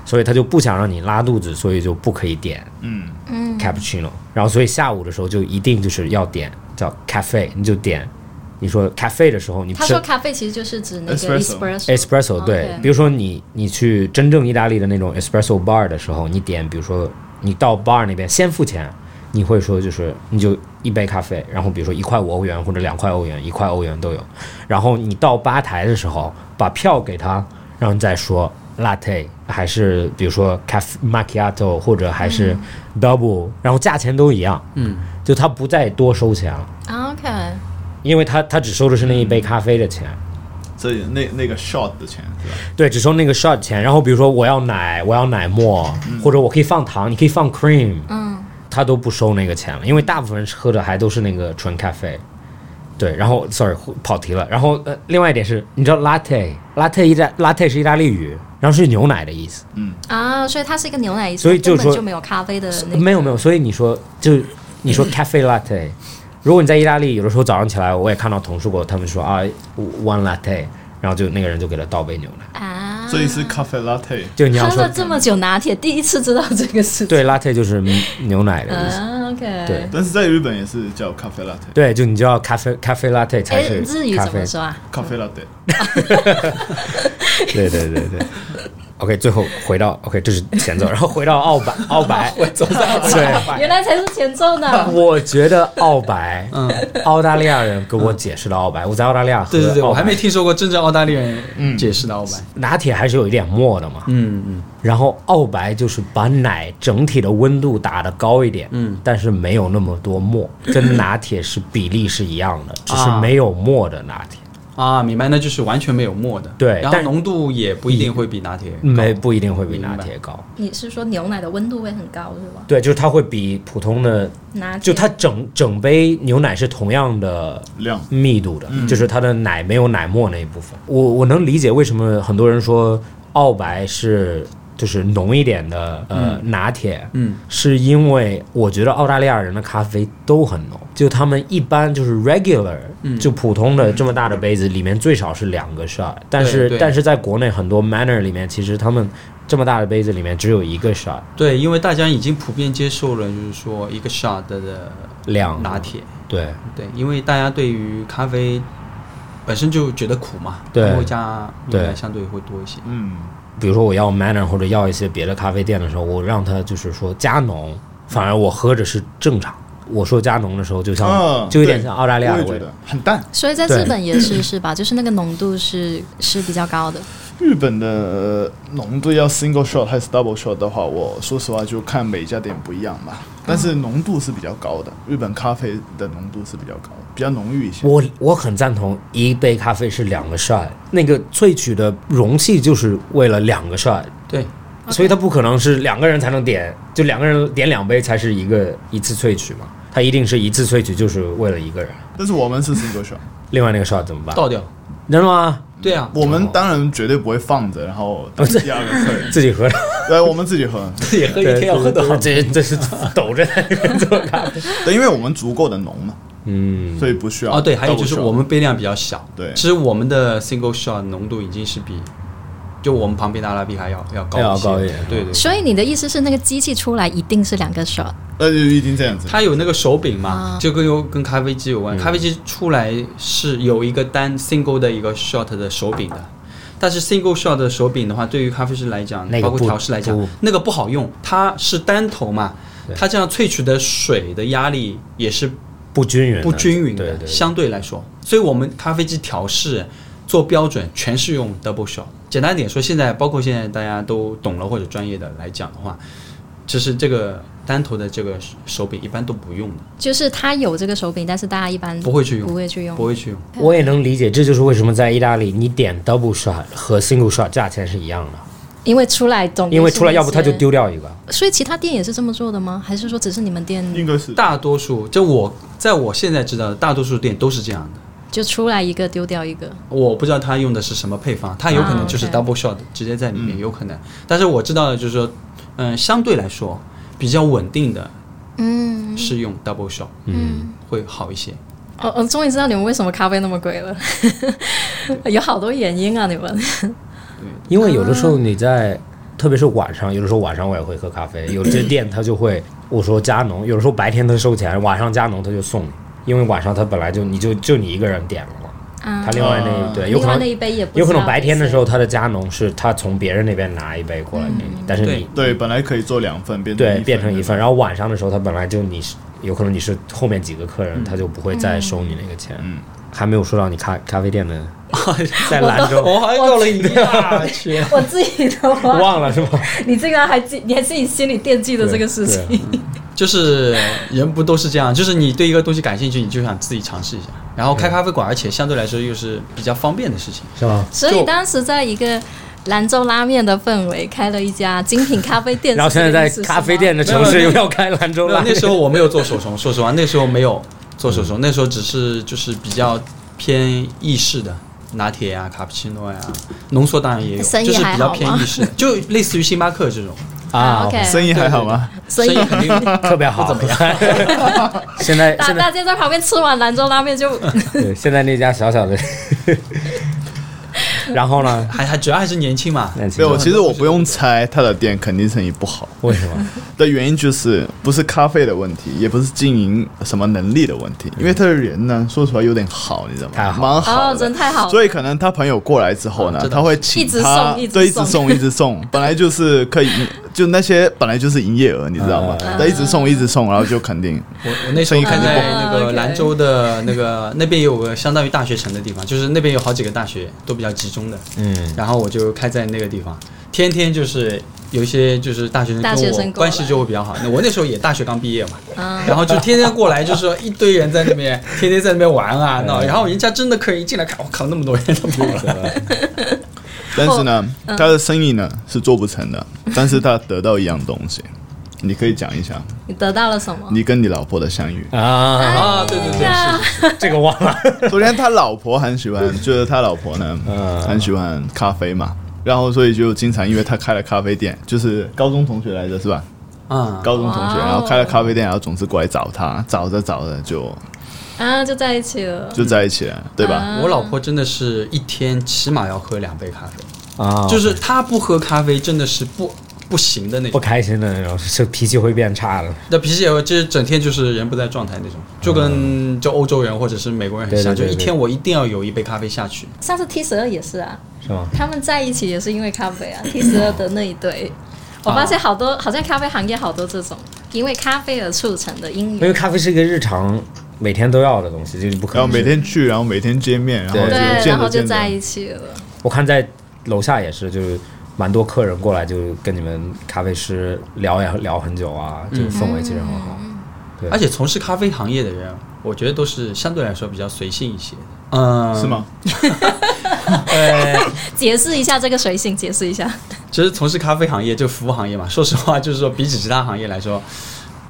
B: 所以他就不想让你拉肚子，所以就不可以点
D: 嗯，
A: 嗯，
B: cappuccino。然后所以下午的时候就一定就是要点叫 cafe，你就点。你说 cafe 的时候，你
A: 他
B: 吃
A: 说咖啡其实就是指那个
D: Espresso
A: espresso。
B: espresso
A: OK
B: 对，比如说你你去真正意大利的那种 espresso bar 的时候，你点，比如说你到 bar 那边先付钱，你会说就是你就一杯咖啡，然后比如说一块五欧元或者两块欧元、一块欧元都有，然后你到吧台的时候把票给他，然后你再说 latte 还是比如说 cafe macchiato 或者还是 double，、然后价钱都一样，
C: 嗯，
B: 就他不再多收钱了，
A: 啊 OK，
B: 因为他他只收的是那一杯咖啡的钱。
D: 这那那个 shot 的钱，对吧
B: 对，只收那个 shot 钱。然后比如说我要奶，我要奶沫，或者我可以放糖，你可以放 cream，
A: 嗯，
B: 他都不收那个钱了，因为大部分人喝的还都是那个纯咖啡。对，然后 sorry 跑题了。然后呃，另外一点是，你知道 latte，latte 意大 latte 是意大利语，然后是牛奶的意思。
A: 啊，所以它是一个牛奶意思，
B: 所以就
A: 根本
B: 说
A: 就没有咖啡的那个
B: 没有没有，所以你说就你 说 cafe latte，如果你在意大利，有的时候早上起来，我也看到同事过，他们说啊 one latte，然后就那个人就给他倒杯牛奶，
A: 啊。
D: 所以是 cafe latte。
B: 就你要
A: 喝
B: 说
A: 了这么久拿铁，第一次知道这个事情。
B: 对 latte 就是牛奶的意思。
A: 啊，OK。
B: 对
D: 但是在日本也是叫 cafe latte，cafe
B: 对，就你就要咖啡咖啡 latte 才
A: 哎，
B: 是
A: 日语
B: 咖
A: 怎
B: 啡
A: 么。说啊？
D: latte。
B: 对对对 对。OK，最后回到 OK，这是前奏，然后回到奥 白奥白。对，
A: 原来才是前奏呢。
B: 我觉得奥白，嗯，澳大利亚人跟我解释的奥白，我在澳大利亚喝
C: 嗯对对对，
B: 奥
C: 我
B: 白
C: 还没听说过真正澳大利人解
B: 嗯
C: 释的澳白。
B: 拿铁还是有一点沫的嘛，
C: 嗯嗯，
B: 然后奥白就是把奶整体的温度打得高一点，嗯，但是没有那么多沫，跟拿铁是比例是一样的，只是
C: 嗯啊
B: 没有沫的拿铁。
C: 啊，明白，那就是完全没有沫的。
B: 对
C: 然后
B: 但嗯
C: 浓度也不一定会比拿铁高
B: 没不一定会比拿
C: 明白
B: 铁高，
A: 你是说牛奶的温度会很高是吧？
B: 对，就是它会比普通的，
A: 拿铁
B: 就它整整杯牛奶是同样的
D: 量
B: 密度
C: 嗯
B: 的，就是它的奶没有奶沫那一部分。我我能理解为什么很多人说澳白是就是浓一点的呃、拿铁，
C: 嗯，
B: 是因为我觉得澳大利亚人的咖啡都很浓，就他们一般就是 regular，、就
C: 嗯
B: 普通的这么大的杯子里面最少是两个 shot，但
C: 对
B: 是
C: 对
B: 但是在国内很多 manner 里面，其实他们这么大的杯子里面只有一个 shot
C: 对，因为大家已经普遍接受了，就是说一个 shot 的
B: 量
C: 拿铁。
B: 对。
C: 对，因为大家对于咖啡本身就觉得苦嘛，
B: 对
C: 然后加牛奶
B: 对
C: 相对会多一些。
D: 嗯，
B: 比如说我要 Manner 或者要一些别的咖啡店的时候，我让他就是说加浓，反而我喝着是正常。我说加浓的时候，就像、
D: 嗯，
B: 就有
D: 对
B: 点像澳大利亚
D: 我
B: 的
D: 也
B: 味
D: 觉
B: 道
D: 得。很淡。
A: 所以在
B: 对
A: 日本也是是吧？就是那个浓度是是比较高的。
D: 日本的呃浓度要 single shot 还是 double shot 的话，我说实话就看每家店不一样吧。
B: 嗯
D: 但是浓度是比较高的，日本咖啡的浓度是比较高的，比较浓郁一些。
B: 我我很赞同一杯咖啡是两个 shot，那个萃取的容器就是为了两个 shot，
C: 对，
B: 所以它不可能是两个人才能点，就两个人点两杯才是一个一次萃取嘛，它一定是一次萃取就是为了一个人，
D: 但是我们是 single shot，
B: 另外那个 shot 怎么办？
C: 倒掉。
B: 真的吗？
C: 对啊，
B: 嗯
D: 我们当然绝对不会放着，然
B: 哦
D: 后等第二个客人。
B: 自己喝，
D: 对，我们自己喝，
C: 自己喝一天要喝多少
B: 对这这是抖着在那边做咖啡，
D: 对，因为我们足够的浓嘛，
B: 嗯，
D: 所以不需要。
C: 哦，对，还有
B: 啊
C: 就是我
D: double
C: 们杯量比较小，
D: 对
C: 其实我们的 single shot 浓度已经是比就我们旁边的阿拉比卡要要 高
B: 要
C: 些
B: 高一点
C: 对对。
A: 所以你的意思是，那个机器出来一定是两个 shot？
D: shot，那就呃一定这样子。
C: 它有那个手柄嘛
A: 啊，
C: 就跟有跟咖啡机有
B: 嗯
C: 关。咖啡机出来是有一个单 single 的一个 shot 的手柄的，但是 single shot 的手柄的话，对于咖啡师来讲，
B: 那个
C: 包括
B: 不
C: 调试来讲
B: 不，
C: 那个不好用，它是单头嘛，它这样萃取的水的压力也是
B: 不均匀的，
C: 不均匀的，
B: 对对对
C: 相对来说，所以我们咖啡机调试做标准全是用 double shot。简单点说，现在包括现在大家都懂了或者专业的来讲的话，就是这个单头的这个手柄一般都不用的，
A: 就是它有这个手柄，但是大家一般
C: 不会去用
A: 不会去用
C: 不。会去用。
B: 我也能理解，这就是为什么在意大利你点 double shot 和 single shot 价钱是一样的，
A: 因为出来总
B: 因为嗯出来要不
A: 它
B: 他就。丢掉一个。
A: 所以其他店也是这么做的吗？还是说只是你们店
D: 应该是
C: 大多数，就我在我现在知道的，大多数店都是这样的。
A: 就出来一个丢掉一个？
C: 我不知道他用的是什么配方，他有可能就是
A: 啊，OK
C: double shot 直接在里面，有可能。但是我知道的就是说，嗯、相对来说比较稳定的
A: 嗯
C: 是用 double shot
A: 嗯。
C: 会好一些。
A: 哦，我终于知道你们为什么咖啡那么贵了， 有好多原因啊！你们
B: 因为有的时候你在，特别是晚上，有的时候晚上我也会喝咖啡，有些店他就会我说加浓，有的时候白天他收钱，晚上加浓他就送你，因为晚上他本来就你就就你一个人点了嘛，
A: 啊
B: 他，另外那一
D: 啊
B: 对有
A: 另
B: 可
A: 外那
B: 能
A: 一杯也不
B: 有可
A: 知
B: 能
A: 道
B: 白天的
A: 谁
B: 时候他的加浓是他从别人那边拿一杯过来给你，但是你
C: 对。
D: 对，本来可以做两份，变成
B: 对，
D: 份
B: 变成一份，然后晚上的时候，他本来就你是有可能你是后面几个客人，他就不会再收你那个钱。
D: 嗯，
B: 还没有说到你咖咖啡店的，在兰州
C: 我好像要了一
A: 啊
C: 大圈。
A: 我自己的话，
B: 忘了是吧？
A: 你这个还记，你还自己心里惦记着这个事情。
B: 对
C: 就是人不都是这样，就是你对一个东西感兴趣，你就想自己尝试一下。然后开咖啡馆，而且相对来说又是比较方便的事情。
B: 是吧？
A: 所以当时在一个兰州拉面的氛围，开了一家精品咖啡 店。
B: 然后现在在咖啡店的城市又要开兰州
C: 没
B: 拉
C: 有 那
B: 面，
C: 时候我没有做手冲，说实话，那时候没有做手
D: 嗯
C: 冲，那时候只是就是比较偏意式的拿铁啊、卡布奇诺呀、浓缩当然也有，
A: 生意
C: 就是
A: 还
C: 比较
A: 好
C: 偏
A: 吗
C: 意式的，就类似于星巴克这种，
A: 啊
B: 啊，
A: ，OK，
D: 生意还好吗？
A: 所以
C: 生意肯定
B: 特别好，
C: 不
B: 么
C: 怎
B: 样。现在
A: 大
B: 现在
A: 大家在旁边吃完兰州拉面就
B: 对现在那家小小的，然后呢？
C: 还还主要还是年轻 嘛。
B: 那其
D: 没
B: 实
D: 有，其实我不用猜他的店肯定生意不好
B: 为什么？
D: 的原因，就是不是咖啡的问题，也不是经营什么能力的问题，因为他的人呢，说实话有点好，你知道
B: 太
D: 吗？
B: 好
D: 蛮好
A: 哦，
D: 的
A: 真。太好了。
D: 所以可能他朋友过来之后
C: 啊
D: 呢
C: 这，倒
D: 他会请
A: 一直
D: 他
A: 送一直
D: 对一直
A: 送
D: 送一 直送，本来就是可以，就那些本来就是营业额，你知道吗？他一直送一直送，然后就肯定
C: 我我那时候
D: 生意
C: 看
D: 肯定
C: 在
D: 不
A: 好
C: 那个
A: 哦 OK
C: 兰州的那个那边也有个相当于大学城的地方，就是那边有好几个大学都比较集中的，
B: 嗯，
C: 然后我就开在那个地方，天天就是有一些就是大学生
A: 大
C: 跟
A: 学
C: 我
A: 生过
C: 关系
A: 来
C: 就会比较好。那我那时候也大学刚毕业嘛，
A: 嗯
C: 然后就天天过来，就是说一堆人在那边， 天天在那边玩啊闹，然后人家真的客人一进来看，我靠，那么多人都不了。
D: 但是呢，
A: 嗯
D: 他的生意呢是做不成的，但是他得到一样东西，你可以讲一下
A: 你得到了什 么？
D: 你跟你老婆的相遇。
B: 啊，
C: 啊，对对对，
A: 啊
C: 是是
B: 这个忘了。
D: 首先，他老婆很喜欢，就是他老婆呢
B: 嗯
D: 很喜欢咖啡嘛，然后所以就经常因为他开了咖啡店，就是高中同学来的是吧？
C: 啊，
D: 高中同学，
A: 哇哦
D: 然后开了咖啡店，然后总是过来找他，找着找着就
A: 啊，就在一起了。
D: 就在一起
A: 嗯
D: 了，对吧？
C: 我老婆真的是一天起码要喝两杯咖啡，
B: 啊，
C: 就是她不喝咖啡真的是不不行的那
B: 不
C: 种，
B: 开心的那种，是脾气会变差的。
C: 那脾气也会就是整天就是人不在状态那种，就跟就欧洲人或者是美国人很
B: 对对
C: 像，就
B: 啊对
C: 一
B: 对
C: 天我一定要有一杯咖啡下去。
A: 上次 T 十二也是啊，
B: 是吗？
A: 他们在一起也是因为咖啡啊。T 十二的那一对，我发现好多好像咖啡行业好多这种，因为咖啡而促成的英
B: 因为
A: 语。
B: 咖啡是一个日常每天都要的东西，就是不可
D: 然后
B: 能是。
D: 每天去，然后每天见面，然后
B: 对
D: 就
A: 对，
D: 见
A: 然
D: 着
A: 后就
D: 见着
A: 在一起了。
B: 我看在楼下也是，就是蛮多客人过来，就跟你们咖啡师聊呀聊很久啊，
C: 嗯
B: 就氛围其实很好。对
C: 而且从事咖啡行业的人，我觉得都是相对来说比较随性一些的。嗯，
D: 是？吗？
A: 解释一下这个随性，解释一下。
C: 其实从事咖啡行业就服务行业嘛，说实话，就是说比起其他行业来说，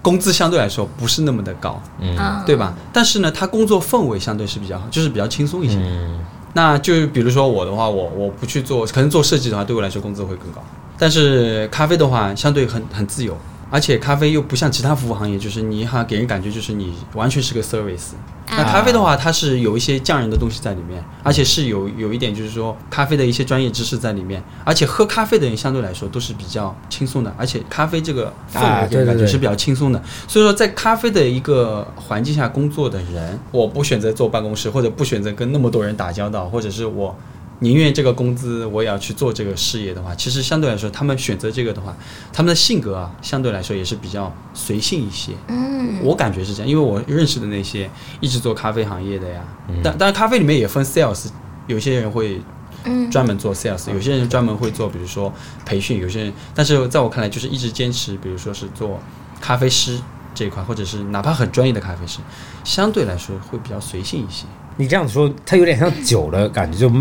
C: 工资相对来说不是那么的高，
A: 嗯，
C: 对吧？但是呢，他工作氛围相对是比较好，就是比较轻松一些。
B: 嗯，
C: 那就比如说我的话，我我不去做，可能做设计的话，对我来说工资会更高。但是咖啡的话，相对很很自由，而且咖啡又不像其他服务行业，就是你哈给人感觉就是你完全是个 service。那咖啡的话，它是有一些匠人的东西在里面，而且是有有一点就是说咖啡的一些专业知识在里面，而且喝咖啡的人相对来说都是比较轻松的，而且咖啡这个氛
B: 啊
C: 围
B: 对
C: 给
B: 对
C: 人感觉
B: 对
C: 是比较轻松的。所以说，在咖啡的一个环境下工作的人，我不选择坐办公室，或者不选择跟那么多人打交道，或者是我宁愿这个工资我也要去做这个事业的话，其实相对来说，他们选择这个的话，他们的性格啊，相对来说也是比较随性一些。
A: 嗯，
C: 我感觉是这样，因为我认识的那些一直做咖啡行业的呀，
B: 嗯
C: 但但咖啡里面也分 sales，有些人会
A: 嗯
C: 专门做 sales，有些人专门会做，比如说培训，有些人，但是在我看来，就是一直坚持，比如说是做咖啡师这一块，或者是哪怕很专业的咖啡师，相对来说会比较随性一些。
B: 你这样说，它有点像酒的感觉，就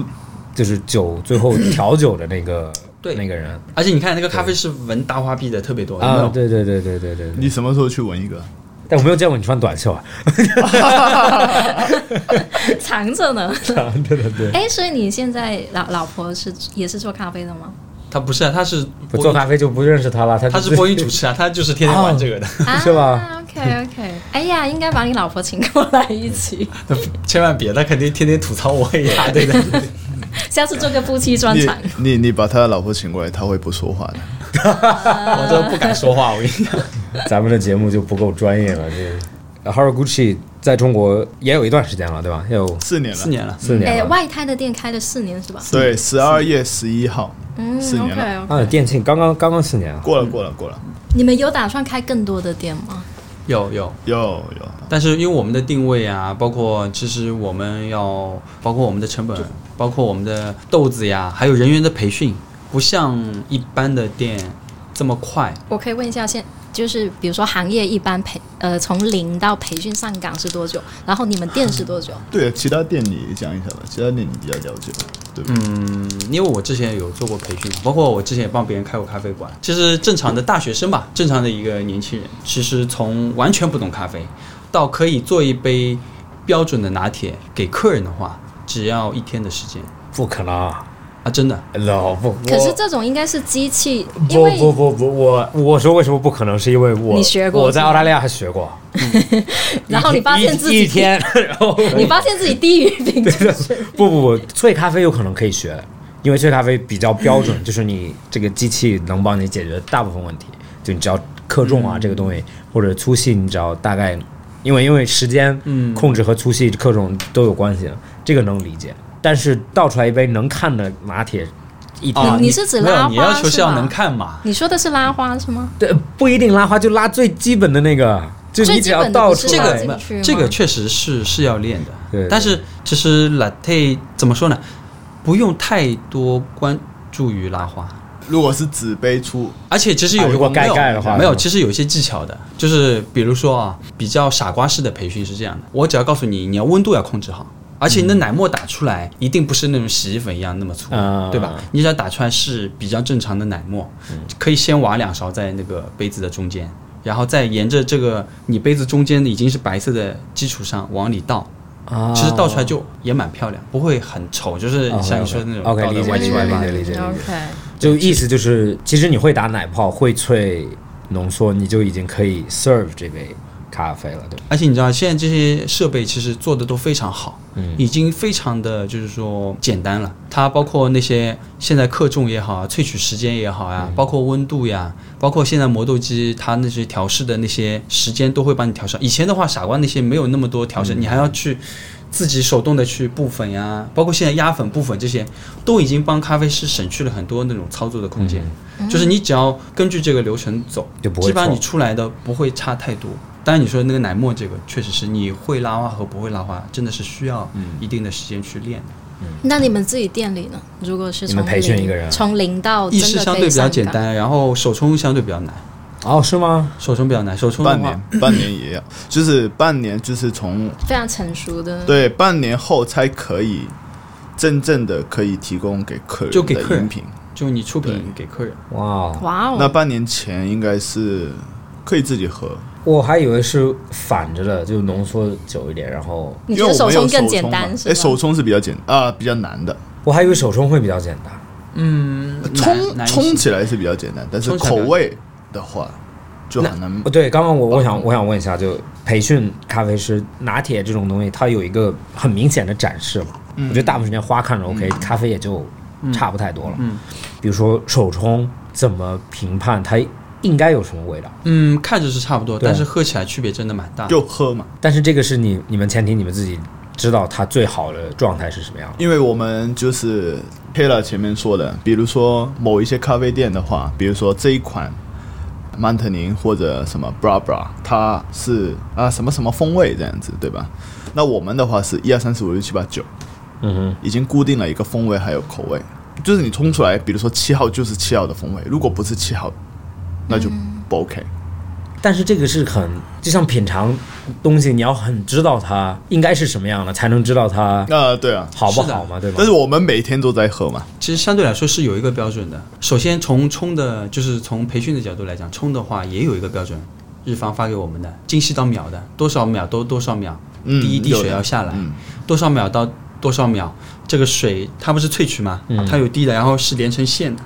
B: 就是酒最后调酒的那个
C: 对
B: 那个人
C: 而且你看那个咖啡师闻大花臂的特别多，有没
B: 啊，
C: 有？
B: 对对对对对对
D: 你
B: 对。
D: 什么时候去闻一个？
B: 但我没有见过你穿短袖啊，
A: 藏着呢。
B: 对对对，
A: 哎，所以你现在老老婆是也是做咖啡的吗？
C: 他不是啊，他是
B: 不
C: 播
B: 做咖啡哦就不认识他了，他
C: 他
B: 他
C: 是播音主持啊，他就是天天玩这个的，
A: 啊
B: 是吧
A: ？OK OK。哎呀，应该把你老婆请过来一起，
C: 千万别，他肯定天天吐槽我一大堆的。
A: 下次做个夫妻专
D: 你
A: 场。
D: 你你把他老婆请过来，他会不说话的。
C: 我都不敢说话，我跟你讲。
B: 咱们的节目就不够专业了。这 Haraguchi 在中国也有一段时间了，对吧？也有
D: 四年了，
C: 四年了，
B: 四年
A: 哎，
B: 了。
A: 外滩的店开了四年是吧？
D: 对，十二月十一号，
A: 嗯
D: 四年了，
A: ，OK OK。
B: 啊，店庆刚刚刚刚四年啊，
D: 过了过了过了，
A: 你们有打算开更多的店吗？
C: 有有，
D: 有有，
C: 但是因为我们的定位啊，包括其实我们要包括我们的成本，包括我们的豆子呀，还有人员的培训，不像一般的店这么快。
A: 我可以问一下，现就是比如说行业一般培呃从零到培训上岗是多久？然后你们店是多久？
D: 对，其他店你讲一下吧，其他店你比较了解吧，对吧？
C: 嗯，因为我之前有做过培训，啊包括我之前也帮别人开过咖啡馆。其实正常的大学生吧，正常的一个年轻人，其实从完全不懂咖啡，到可以做一杯标准的拿铁给客人的话，只要一天的时间
B: 不可能啊，
C: 啊！真的，
B: 老不。我
A: 可是这种应该是机器，因
B: 不
A: 为
B: 不不不，我我说为什么不可能，是因为我
A: 你学过
B: 我在澳大利亚还学过，
A: 然后你发现自
B: 一
A: 己
B: 一天， 然后
A: 你发现自己低于平 均水平
B: 不不不，萃咖啡有可能可以学，因为萃咖啡比较标
A: 嗯
B: 准，就是你这个机器能帮你解决大部分问题，就你只要克重
A: 嗯
B: 啊、这个东西，或者粗细，你只要大概，因为因为时间
C: 嗯
B: 控制和粗细克重都有关系，这个能理解。但是倒出来一杯能看的拿铁，一天、
C: 啊，
A: 哦你是指
C: 没有
A: 拉
C: 你
A: 花
C: 要求
A: 是
C: 是要
A: 吧
C: 能看嘛？
A: 你说的是拉花是吗？
B: 对不一定拉花，就拉最基本的那个，就
A: 最
B: 你
A: 基
B: 只要
A: 本的
B: 倒
A: 不是
B: 出
C: 这
A: 拉
B: 来
A: 进
C: 个
A: 去吗
C: 这个确实是是要练的，
B: 对
C: 但是其实 latte 怎么说呢？不用太多关注于拉花，
D: 如果是纸杯出，
C: 而且其实有、
B: 啊如果盖
C: 没有
B: 盖的话
C: 没有，
B: 是吗
C: 其实有一些技巧的，就是比如说啊，比较傻瓜式的培训是这样的，我只要告诉你，你要温度要控制好。而且你的奶沫打出来一定不是那种洗衣粉一样那么粗，
B: 啊嗯
C: 对吧？你只要打出来是比较正常的奶沫，可以先挖两勺在那个杯子的中间，然后再沿着这个你杯子中间已经是白色的基础上往里倒，
B: 啊
C: 其实倒出来就也蛮漂亮，不会很丑，就是像你说的那种
B: OK，OK，
C: 倒的
B: 理解
C: 歪七歪八
B: 理解理
C: 的。
B: 解理
A: 嗯
B: 解
A: OK，
B: 就意思就是，其实你会打奶泡，会萃浓缩，你就已经可以 serve 这杯咖啡了，对吧？
C: 而且你知道，现在这些设备其实做的都非常好，已经非常的就是说简单了。它包括那些现在克重也好啊，萃取时间也好呀、啊包括温度呀，包括现在磨豆机它那些调试的那些时间都会帮你调上。以前的话，傻瓜那些没有那么多调整，你还要去。自己手动的去布粉呀、包括现在压粉、布粉这些，都已经帮咖啡师省去了很多那种操作的空间。
A: 嗯
C: 就是你只要根据这个流程走，
B: 就不会
C: 基本上
B: 错
C: 你出来的不会差太多。当然，你说的那个奶沫这个，确实是你会拉花和不会拉花，真的是需要一定的时间去练的。
A: 那你们自己店里呢？如果是
B: 你们
A: 从
B: 培训
A: 零
B: 一个人啊
A: 从零到
C: 意
A: 真
C: 式
A: 的
C: 相
A: 可
C: 对
A: 以
C: 比较
A: 上
C: 简
A: 岗，
C: 单，然后手冲相对比较难，
B: 哦，是吗？
C: 手冲比较难，手冲的
D: 半
C: 话
D: 年，半年也要，就是半年，就是从
A: 非常成熟的。
D: 对半年后才可以真正的可以提供给客人
C: 就给
D: 的
C: 客人
D: 饮品。
C: 就你出品给客人，
B: 哇哦，
A: 哇
D: 那
A: 哦，
D: 半年前应该是可以自己喝，
B: 我还以为是反着的，就浓缩久一点，然后
A: 你
D: 因
A: 觉
D: 为
A: 得手
D: 我没有
A: 冲更
D: 冲
A: 简
D: 嘛
A: 单是
D: 哎，
A: 吧？
D: 手冲是比较简啊、比较难的，
B: 我还以为手冲会比较简单。
C: 嗯，
D: 冲
C: 难
D: 冲起来是比较简单，但是
C: 冲起来
D: 口
C: 比较
D: 味的话就很难
B: 哦，对，刚刚我我想我想问一下，就培训咖啡师拿铁这种东西，它有一个很明显的展示嘛？
C: 嗯
B: 我觉得大部分时间花看着 OK，、咖啡也就差不太多了。
C: 嗯
B: 比如说手冲怎么评判它应该有什么味道？
C: 嗯，看着是差不多，
B: 对
C: 但是喝起来区别真的蛮大的。
D: 就喝嘛。
B: 但是这个是你你们前提你们自己知道它最好的状态是什么样的。
D: 因为我们就是配了前面说的，比如说某一些咖啡店的话，比如说这一款曼特宁或者什么 Bra Bra，它是啊什么什么风味这样子，对吧？那我们的话是一二三四五六七八九，
B: 嗯哼，
D: 已经固定了一个风味还有口味，就是你冲出来，比如说七号就是七号的风味，如果不是七号，那就不 OK。
B: 但是这个是很就像品尝东西，你要很知道它应该是什么样的，才能知道它
D: 啊、对啊，
B: 好不
C: 是的
B: 好嘛，对吧
D: 但？是我们每天都在喝嘛，
C: 其实相对来说是有一个标准的。首先从冲的，就是从培训的角度来讲，冲的话也有一个标准，日方发给我们的，精细到秒的，多少秒都多少秒，
D: 嗯
C: 第一滴
D: 有
C: 水啊
D: 的
C: 要下来，
D: 嗯
C: 多少秒到多少秒，这个水它不是萃取嘛，
B: 嗯
C: 它有滴的，然后是连成线的，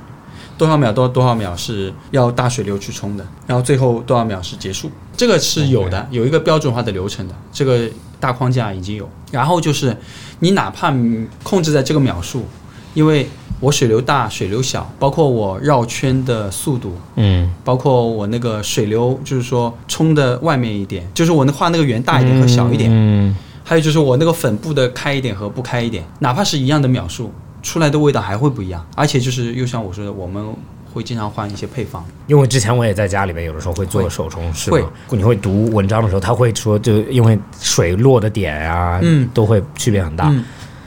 C: 多少秒到多少秒是要大水流去冲的，然后最后多少秒是结束，这个是有的，有一个标准化的流程的，这个大框架已经有。然后就是你哪怕嗯控制在这个秒数，因为我水流大、水流小，包括我绕圈的速度，
B: 嗯，
C: 包括我那个水流，就是说冲的外面一点，就是我那画那个圆大一点和小一点，
B: 嗯，
C: 还有就是我那个粉布的开一点和不开一点，哪怕是一样的秒数，出来的味道还会不一样。而且就是又像我说的，我们会经常换一些配方，
B: 因为之前我也在家里面，有的时候会做手冲，是吗
C: 会
B: 你会读文章的时候，他会说，就因为水落的点啊，
C: 嗯
B: 都会区别很大。
C: 嗯，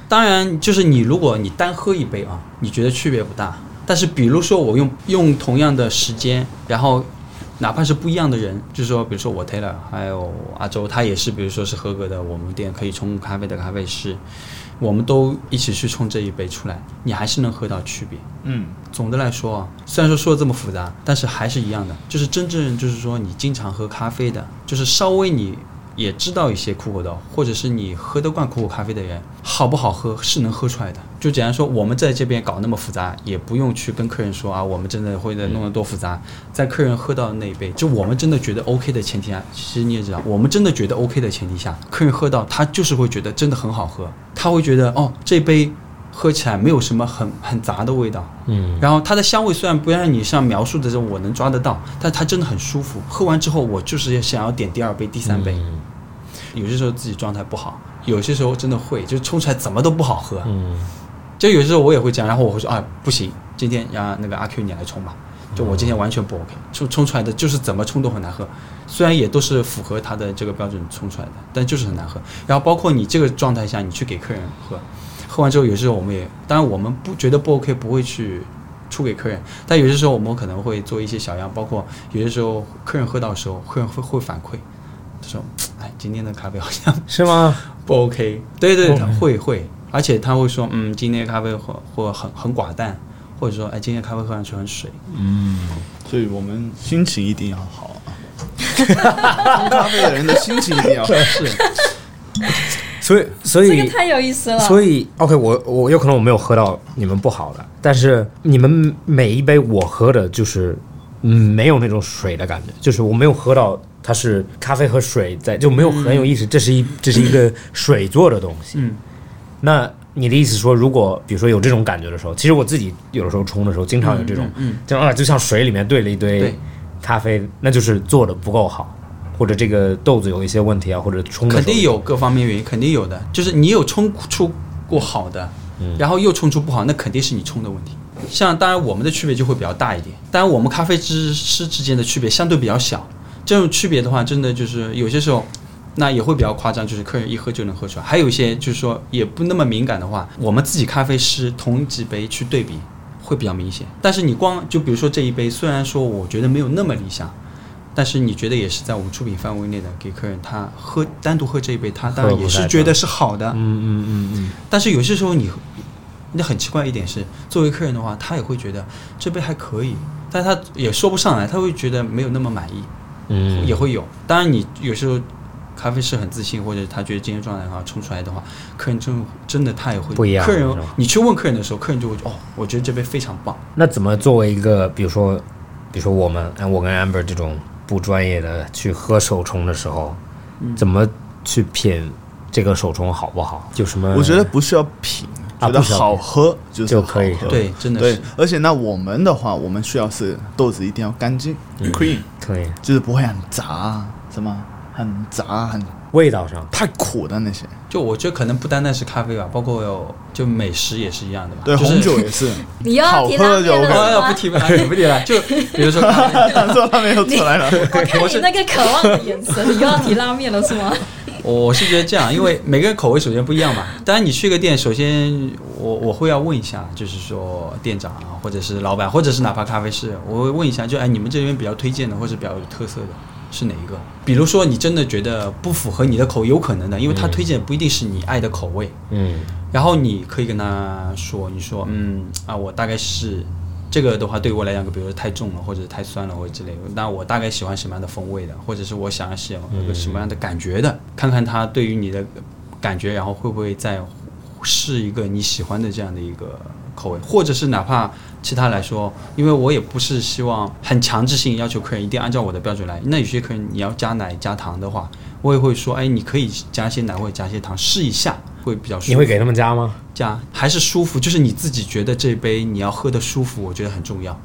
C: 当然，就是你如果你单喝一杯啊，你觉得区别不大。但是比如说我用用同样的时间，然后哪怕是不一样的人，就是说，比如说我 Taylor 还有阿周，他也是，比如说是合格的我们店可以冲咖啡的咖啡师，我们都一起去冲这一杯出来，你还是能喝到区别。
D: 嗯，
C: 总的来说啊，虽然说说的这么复杂，但是还是一样的，就是真正就是说你经常喝咖啡的，就是稍微你也知道一些苦口豆，或者是你喝得惯苦口咖啡的人，好不好喝是能喝出来的。就简单说，我们在这边搞那么复杂，也不用去跟客人说啊，我们真的会的弄得多复杂，在客人喝到的那一杯，就我们真的觉得 OK 的前提下，其实你也知道，我们真的觉得 OK 的前提下，客人喝到他就是会觉得真的很好喝，他会觉得哦这杯。喝起来没有什么很很杂的味道，
B: 嗯，
C: 然后它的香味虽然不像你像描述的这种我能抓得到，但它真的很舒服。喝完之后，我就是想要点第二杯、第三杯。
B: 嗯
C: 有些时候自己状态不好，有些时候真的会，就冲出来怎么都不好喝。
B: 嗯，
C: 就有些时候我也会这样，然后我会说啊，不行，今天让那个阿 Q 你来冲吧。就我今天完全不 OK，冲冲出来的就是怎么冲都很难喝，虽然也都是符合他的这个标准冲出来的，但就是很难喝。然后包括你这个状态下，你去给客人喝，喝完之后有时候我们也，当然我们不觉得不 OK，不会去出给客人，但有些时候我们可能会做一些小样，包括有些时候客人喝到的时候，客人会会反馈，他说，哎，今天的咖啡好像
B: 是吗？
C: 不 OK。对对，他会会，而且他会说，嗯，今天的咖啡或或很很寡淡，或者说，哎，今天的咖啡喝上去很水。
D: 所以我们心情一定要好 啊。冲咖啡的人的心情一定要好。
C: 是，
B: 所以，所
A: 这
B: 以
A: 个。太有意思 了。
B: 所以，OK，我我有可能我没有喝到你们不好的，但是你们每一杯我喝的就是，嗯，没有那种水的感觉，就是我没有喝到它是咖啡和水在，就没有很有意思，这是一这是一个水做的东西。
C: 嗯，
B: 那你的意思说，如果比如说有这种感觉的时候，其实我自己有的时候冲的时候，经常有这种，
C: 嗯嗯
B: 就啊，就像水里面兑了一堆
C: 对
B: 咖啡，那就是做的不够好。或者这个豆子有一些问题啊，或者冲的时
C: 肯
B: 候
C: 定有各方面原因，肯定有的。就是你有冲出过好的，然后又冲出不好，那肯定是你冲的问题。像当然我们的区别就会比较大一点，当然我们咖啡之师之间的区别相对比较小。这种区别的话，真的就是有些时候，那也会比较夸张，就是客人一喝就能喝出来。还有一些就是说也不那么敏感的话，我们自己咖啡师同几杯去对比会比较明显。但是你光就比如说这一杯，虽然说我觉得没有那么理想，但是你觉得也是在我们出品范围内的，给客人他喝单独喝这一杯，他当然也是觉得是好的。
B: 嗯嗯嗯嗯，
C: 但是有些时候你，那很奇怪一点是，作为客人的话，他也会觉得这杯还可以，但他也说不上来，他会觉得没有那么满意，
B: 嗯
C: 也会有。当然你有时候。咖啡师很自信，或者他觉得今天状态很好，冲出来的话，客人真真的他也会
B: 不一样
C: 客人
B: 是吧，
C: 你去问客人的时候，客人就会觉得哦，我觉得这杯非常棒。
B: 那怎么作为一个，比如说，比如说我们，哎我跟 Amber 这种不专业的去喝手冲的时候，怎么去品这个手冲好不好？有什么？
D: 我觉得不需要品，
B: 啊
D: 觉得
B: 不需要品
D: 好喝就是
B: 就
D: 好
B: 可以
D: 喝
C: 对，真的
D: 对
C: 是，
D: 而且那我们的话，我们需要是豆子一定要干净，clean，
B: 可以，
D: 就是不会很杂，什么很杂很
B: 味道上，
D: 太苦的那些。
C: 就我觉得可能不单单是咖啡吧，包括有就美食也是一样的吧。
D: 对，
C: 就是、
D: 红酒 也是，
A: 你又要
D: 好
A: 提
D: 喝
A: 拉面
D: 就
A: 了
D: OK
A: 吗
C: 哎呀，不提不提，你不提了。就比如说咖啡，
D: 他说他没有出来了。
A: 我看 你那个渴望的眼神，你又要提拉面了是吗？
C: 我我是觉得这样，因为每个人口味首先不一样嘛。当然，你去一个店，首先我我会要问一下，就是说店长啊，或者是老板，或者是哪怕咖啡师，我会问一下，就哎，你们这边比较推荐的，或者比较有特色的是哪一个？比如说，你真的觉得不符合你的口味，有可能的，因为他推荐不一定是你爱的口味。
B: 嗯
C: 然后你可以跟他说，你说，嗯啊，我大概是这个的话，对我来讲，比如说太重了，或者太酸了，或者之类的。那我大概喜欢什么样的风味的，或者是我想要是有个什么样的感觉的，看看他对于你的感觉，然后会不会再是一个你喜欢的这样的一个口味，或者是哪怕其他来说，因为我也不是希望很强制性要求客人一定按照我的标准来。那有些客人你要加奶加糖的话，我也会说，哎，你可以加些奶或者加些糖试一下，会比较舒服。
B: 你会给他们加吗？
C: 加还是舒服，就是你自己觉得这杯你要喝的舒服，我觉得很重要。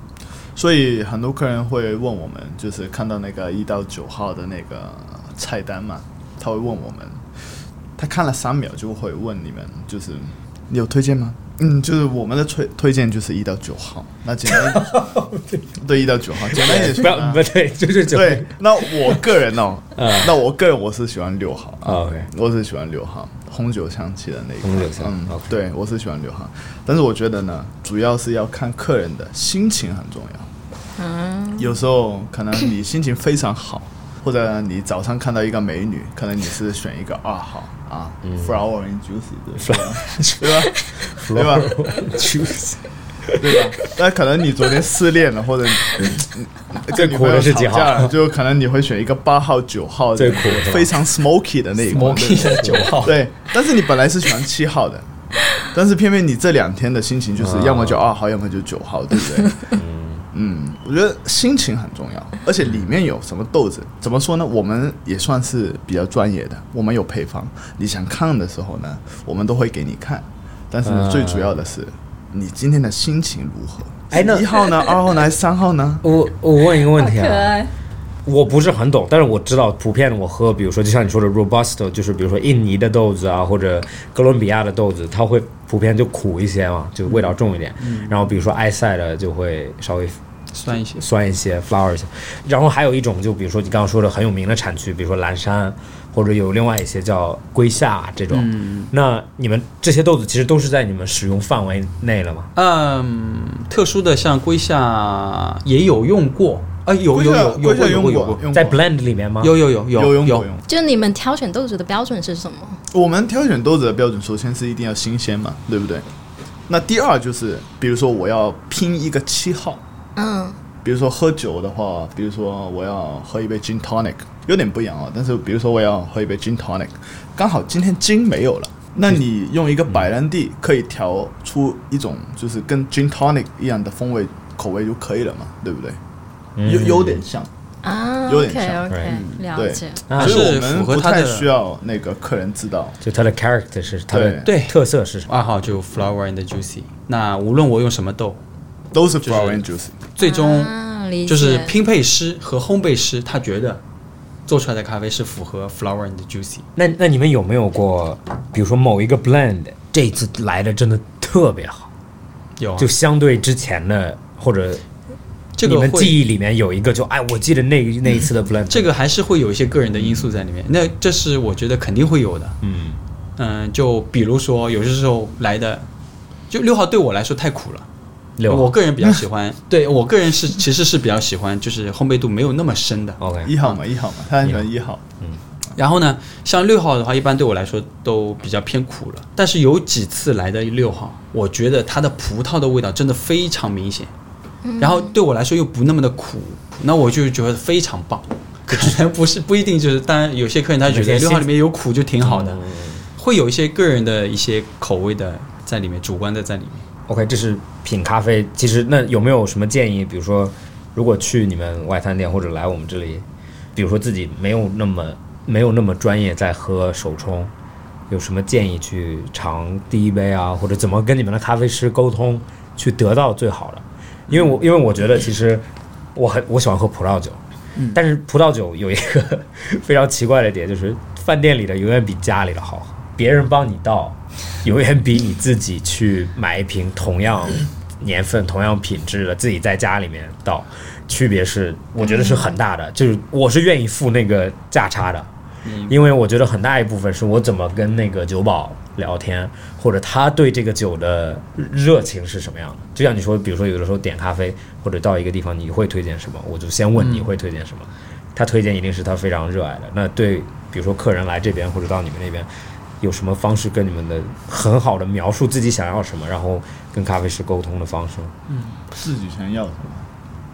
D: 所以很多客人会问我们，就是看到那个一到九号的那个菜单嘛，他会问我们，他看了三秒就会问你们，就是你有推荐吗？嗯，就是我们的推推荐就是一到九号，那简单 对一到九号简单一点
B: 不
D: 说
B: 要，嗯
D: 呢
B: 不对，就是酒
D: 对，那我个 人哦，那我个人我是喜欢六号啊
B: 哦 OK
D: 我是喜欢六号红酒香气的那一款，
B: 红酒香
D: 嗯
B: OK
D: 对我是喜欢六号，但是我觉得呢，主要是要看客人的心情很重要。有时候可能你心情非常好，或者你早上看到一个美女，可能你是选一个二号啊、f
B: 嗯
D: l o w e r and juicy，对 吧？对吧？对吧？对吧？那可能你昨天失恋了，或者你
B: 最
D: 跟女
B: 苦
D: 朋
B: 的
D: 友
B: 是
D: 吵
B: 几号
D: 架 了， 就可能你会选一个八号、九号的，
B: 最苦是吧
D: 非常 smoky 的那一款。
B: ，smoky 的酒号，
D: 对，但是你本来是喜欢七号的，但是偏偏你这两天的心情就是要么就二号，要么就九号，对不对？嗯，我觉得心情很重要，而且里面有什么豆子，怎么说呢？我们也算是比较专业的，我们有配方，你想看的时候呢，我们都会给你看。但是呢，
B: 嗯
D: 最主要的是你今天的心情如何？
B: 哎那
D: 一号呢？二号呢？还是三号呢？
B: 我我问一个问
A: 好
B: 题
A: 可
B: 啊，
A: 爱，
B: 我不是很懂，但是我知道普遍我喝，比如说就像你说的 robusto，就是比如说印尼的豆子啊，或者哥伦比亚的豆子，它会普遍就苦一些嘛，就味道重一点。然后比如说埃塞的就会稍微
C: 酸一些，
B: 酸一些，flower 一些。然后还有一种，就比如说你刚刚说的很有名的产区，比如说蓝山，或者有另外一些叫龟夏这种。那你们这些豆子其实都是在你们使用范围内了吗？
C: 嗯，特殊的像龟夏也有用过，啊，有
D: 龟
C: 有
D: 下
C: 有有
D: 龟
C: 过
D: 下
C: 有
D: 用
C: 过有
D: 过
C: 过，，
D: 用
B: 在
D: 过
B: blend 里面吗？
C: 有有有
D: 有
C: 有
D: 用过
C: 有
D: 用。过
A: 就是你们挑选豆子的标准是什么？
D: 我们挑选豆子的标准，首先是一定要新鲜嘛，对不对？那第二就是，比如说我要拼一个七号，
A: 嗯，
D: 比如说喝酒的话，比如说我要喝一杯 gin tonic，有点不一样啊、但是比如说我要喝一杯 gin tonic，刚好今天 gin 没有了，那你用一个白兰地可以调出一种就是跟 gin tonic 一样的风味口味就可以了嘛，对不对？
C: 嗯
D: 有有点像，
A: 啊
D: 有点
A: ，OK
D: 像
A: OK，了
D: 对
A: 解。
B: 啊
D: 所以我
C: 是符
D: 们
C: 合
D: 不
C: 它的
D: 太需要那个客人知道。
B: 就它的 character 是它的
C: 对
B: 特色是什么？
C: 二号就 flower and juicy，那无论我用什么豆，
D: 都是
C: 是
D: flower and juicy，
C: 最终
A: 啊啊理解
C: 就是拼配师和烘焙师，他觉得做出来的咖啡是符合 flower and juicy。
B: 那那你们有没有过，比如说某一个 blend 这一次来的真的特别好，
C: 有啊
B: 就相对之前的或者
C: 这
B: 你
C: 个
B: 们
C: 会嗯
B: 记忆里面有一个就哎，我记得那那一次的 blend，
C: 这个还是会有一些个人的因素在里面。那这是我觉得肯定会有的。
B: 嗯
C: 嗯，就比如说有些时候来的，就六号对我来说太苦了。
B: 六
C: 我个人比较 喜欢，对我个人是其实是比较喜欢，就是烘焙度没有那么深的。
B: OK
D: 一号嘛，一号嘛，他很喜欢一号。
C: 然后呢，像六号的话，一般对我来说都比较偏苦了。但是有几次来的六号，我觉得它的葡萄的味道真的非常明显，
B: 嗯
C: 然后对我来说又不那么的苦，那我就觉得非常棒。可能 不是不一定就是，当然有些客人他觉
B: 有些
C: 得
B: 新
C: 六号里面有苦就挺好的
B: 嗯，
C: 会有一些个人的一些口味的在里面，主观的在里面。
B: OK，这是品咖啡。其实那有没有什么建议？比如说，如果去你们外滩店或者来我们这里，比如说自己没有那么没有那么专业在喝手冲，有什么建议去尝第一杯啊，或者怎么跟你们的咖啡师沟通，去得到最好的？因为我因为我觉得其实我很我喜欢喝葡萄酒，但是葡萄酒有一个 非常奇怪的点，就是饭店里的永远比家里的好喝，别人帮你倒，永远比你自己去买一瓶同样年份、同样品质的自己在家里面倒，区别是我觉得是很大的，就是我是愿意付那个价差的。因为我觉得很大一部分是我怎么跟那个酒保聊天，或者他对这个酒的热情是什么样的。就像你说，比如说有的时候点咖啡或者到一个地方，你会推荐什么？我就先问你会推荐什么。他推荐一定是他非常热爱的。那对，比如说客人来这边或者到你们那边，有什么方式跟你们的很好的描述自己想要什么，然后跟咖啡师沟通的方式吗？
D: 自己想要什么？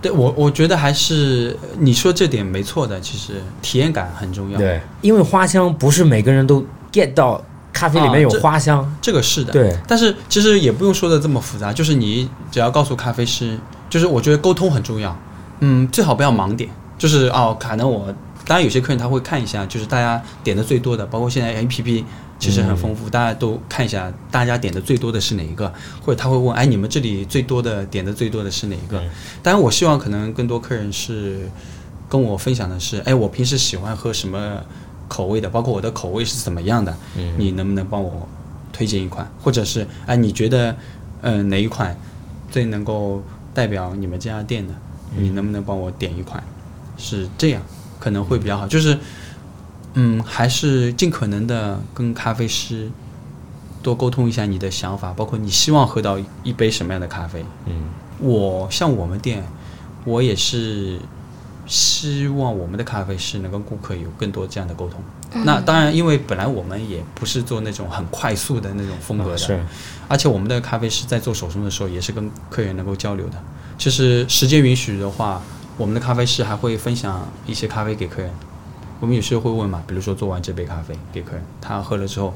C: 对我，我觉得还是你说这点没错的，其实体验感很重要。，
B: 对，因为花香不是每个人都 get 到咖啡里面有
C: 啊这
B: 花香。
C: 这个是的。
B: 对，
C: 但是其实也不用说的这么复杂，就是你只要告诉咖啡师，就是我觉得沟通很重要，嗯，最好不要盲点，就是哦，可能我当然有些客人他会看一下，就是大家点的最多的，包括现在 A P P 其实很丰富，大家都看一下大家点的最多的是哪一个，或者他会问，哎，你们这里最多的点的最多的是哪一个？当然，我希望可能更多客人是跟我分享的是，哎，我平时喜欢喝什么口味的，包括我的口味是怎么样的，你能不能帮我推荐一款，或者是哎，你觉得嗯、呃哪一款最能够代表你们这家店的，
B: 嗯
C: 你能不能帮我点一款？是这样，可能会比较好。就是嗯，还是尽可能的跟咖啡师。多沟通一下你的想法，包括你希望喝到一杯什么样的咖啡。
B: 嗯
C: 我像我们店，我也是希望我们的咖啡师能跟顾客有更多这样的沟通。
B: 嗯
C: 那当然，因为本来我们也不是做那种很快速的那种风格的，
B: 啊是
C: 而且我们的咖啡师在做手冲的时候也是跟客人能够交流的。就是时间允许的话，我们的咖啡师还会分享一些咖啡给客人。我们有时候会问嘛，比如说做完这杯咖啡给客人，他喝了之后，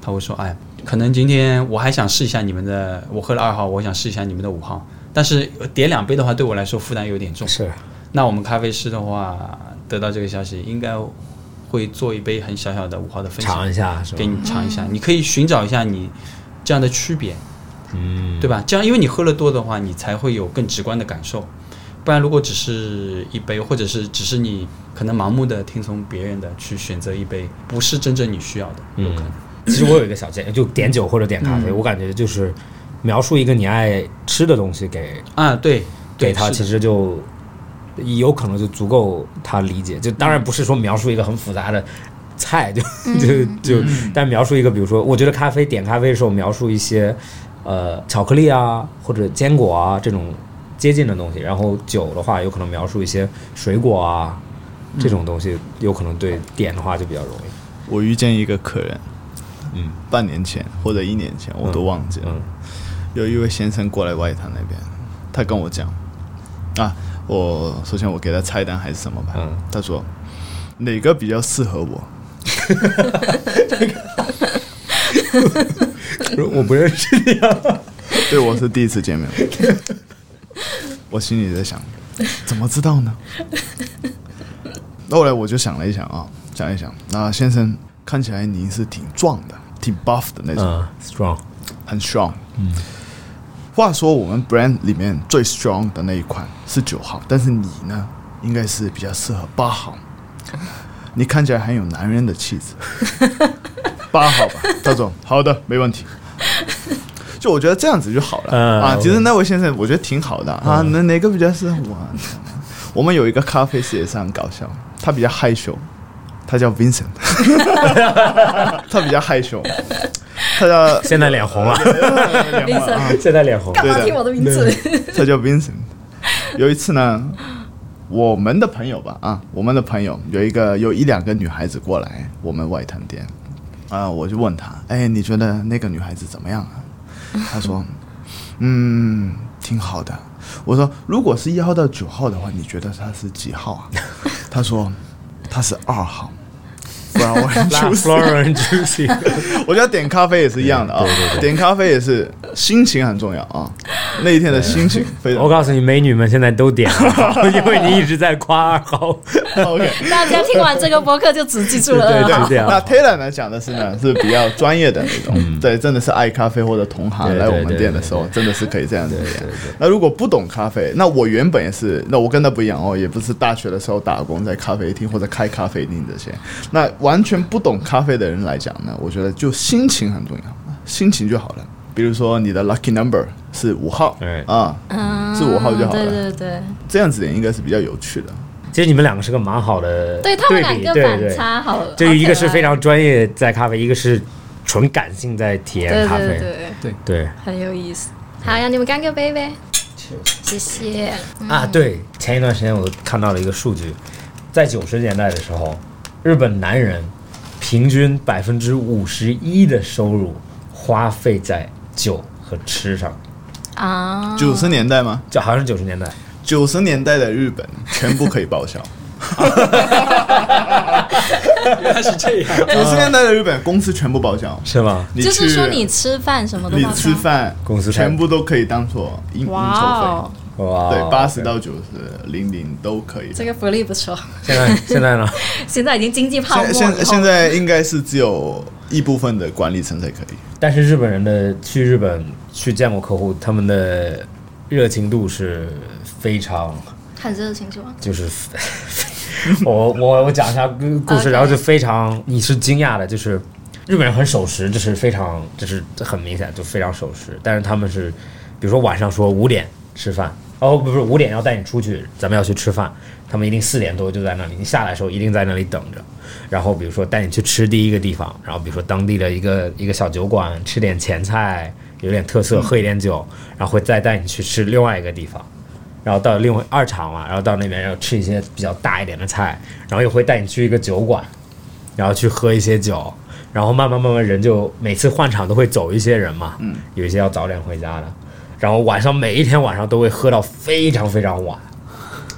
C: 他会说：“哎，可能今天我还想试一下你们的，我喝了二号，我想试一下你们的五号。但是呃点两杯的话，对我来说负担有点重。
B: 是，
C: 那我们咖啡师的话，得到这个消息，应该会做一杯很小小的五号的分
B: 尝
C: 享
B: 一，下是吧
C: 给？你尝一下。你可以寻找一下你这样的区别，
B: 嗯，
C: 对吧？这样，因为你喝了多的话，你才会有更直观的感受。不然，如果只是一杯，或者是只是你可能盲目的听从别人的去选择一杯，不是真正你需要的，
B: 嗯
C: 有可能。
B: 其实我有一个小建议，就点酒或者点咖
C: 嗯
B: 啡，我感觉就是描述一个你爱吃的东西给
C: 啊，对，对
B: 给他，
C: 是
B: 其实就有可能就足够他理解。就当然不是说描述一个很复杂的菜，就就就，但描述一个，比如说，我觉得咖啡点咖啡的时候描述一些呃巧克力啊或者坚果啊这种接近的东西，然后酒的话有可能描述一些水果啊这种东西，有可能对点的话就比较容易。
D: 我遇见一个客人，
B: 嗯
D: 半年前或者一年前，我都忘记了。
B: 嗯
D: 有一位先生过来外滩那边，他跟我讲，啊，我首先我给他菜单还是什么吧，
B: 嗯
D: 他说哪个比较适合我，
B: 我不认识。
D: 对我是第一次见面，我心里在想，怎么知道呢？后来我就想了一想啊，想一想，那先生看起来您是挺壮的，挺 buff 的那种，
B: 嗯，strong。
D: 很 strong。嗯，话说我们 brand 里面最 strong 的那一款是九号，但是你呢，应该是比较适合八号。你看起来很有男人的气质。八好吧，赵总，好的，没问题。就我觉得这样子就好了、
B: 嗯
D: 啊。其实那位先生，我觉得挺好的、啊。那哪个比较适合我啊？我们有一个咖啡师也是很搞笑，他比较害羞，他叫 Vincent，他比较害羞，他叫
B: 现在脸红了，
A: Vincent
B: 现 在脸红
A: 干
B: 了。
A: 嘛
D: 对的
A: 听我的名字？
D: 他叫 Vincent。有一次呢，我们的朋友吧，啊，我们的朋友有一个有一两个女孩子过来我们外滩店，啊，我就问他，哎，你觉得那个女孩子怎么样啊？ 他说，嗯，挺好的。我说，如果是一号到九号的话，你觉得她是几号啊？ 他说，她是二号。不然我 很
B: 拉 Florence Juicy，
D: 我觉得点咖啡也是一样的啊，点咖啡也是心情很重要啊，那一天的心情非常
B: 我。告诉你，美女们现在都点二号，因为你一直在夸二号。
D: OK，
A: 大家听完这个播客就只记住了
B: 对
A: 二
B: 对对。
A: 号
B: 这样嗯
D: 那 Taylor 呢讲的是呢是比较专业的那种，对，真的是爱咖啡或者同行
B: 对
D: 来我
B: 对
D: 们
B: 对
D: 店的
B: 对
D: 时候，真的是可以这样子
B: 对
D: 点
B: 对对。
D: 那如果不懂咖啡，那我原本也是，那我跟他不一样哦，也不是大学的时候打工在咖啡厅或者开咖啡厅这些。那完全不懂咖啡的人来讲呢，我觉得就心情很重要，心情就好了。比如说你的 lucky number 是五号
B: 对，
D: 啊，
A: 嗯
D: 是五号就好
A: 对
D: 了
A: 对对，
D: 这样子也应该是比较有趣的。
B: 其实你们两个是个蛮好的
A: 对他们两
B: 比
A: 个
B: 对
A: 反
B: 对
A: 差好，
B: 就
A: 好
B: 一个
A: 可
B: 是
A: 爱
B: 非常专业在咖啡，一个是纯感性在体验
A: 对
B: 咖啡。
A: 对对，
B: 对
A: 很有意思。好呀，你们干个杯呗，谢谢。
B: 啊，
A: 嗯
B: 对，前一段时间我看到了一个数据，在九十年代的时候，日本男人平均百分之五十一的收入花费在酒和吃上，
A: 啊，
D: 九十年代吗？
B: 就好像是九十年代。
D: 九十年代的日本全部可以报销。
C: 原来 是这样。
D: 九十年代的日本公司全部报销，
B: 是吗？
D: 你
A: 就是
D: 去
A: 说你吃饭什么都
D: 你
A: 报销
D: 吃。饭
B: 公司餐
D: 全部都可以当做应应
A: 哇
D: 酬
A: 哦，
B: 哇，
D: 费，对，八十到九十零零都可以。
A: 这个福利不错，
B: 现在现在呢？
A: 现在已经经济泡沫
D: 现
A: 了。
D: 现现在应该是只有一部分的管理层才可以。
B: 但是日本人的去日本去见过客户，他们的热情度是非常
A: 很热情是吧？
B: 就是 我我我讲一下故事，
A: OK
B: 然后就非常你是惊讶的，就是日本人很守时，这是非常这是很明显就非常守时，但是他们是比如说晚上说五点吃饭，哦不是五点要带你出去，咱们要去吃饭，他们一定四点多就在那里，你下来的时候一定在那里等着，然后比如说带你去吃第一个地方，然后比如说当地的一个一个小酒馆吃点前菜。有点特色，喝一点酒，然后会再带你去吃另外一个地方，然后到另外二场嘛，然后到那边要吃一些比较大一点的菜，然后又会带你去一个酒馆，然后去喝一些酒，然后慢慢慢慢人就每次换场都会走一些人嘛，嗯，有一些要早点回家的，然后晚上每一天晚上都会喝到非常非常晚，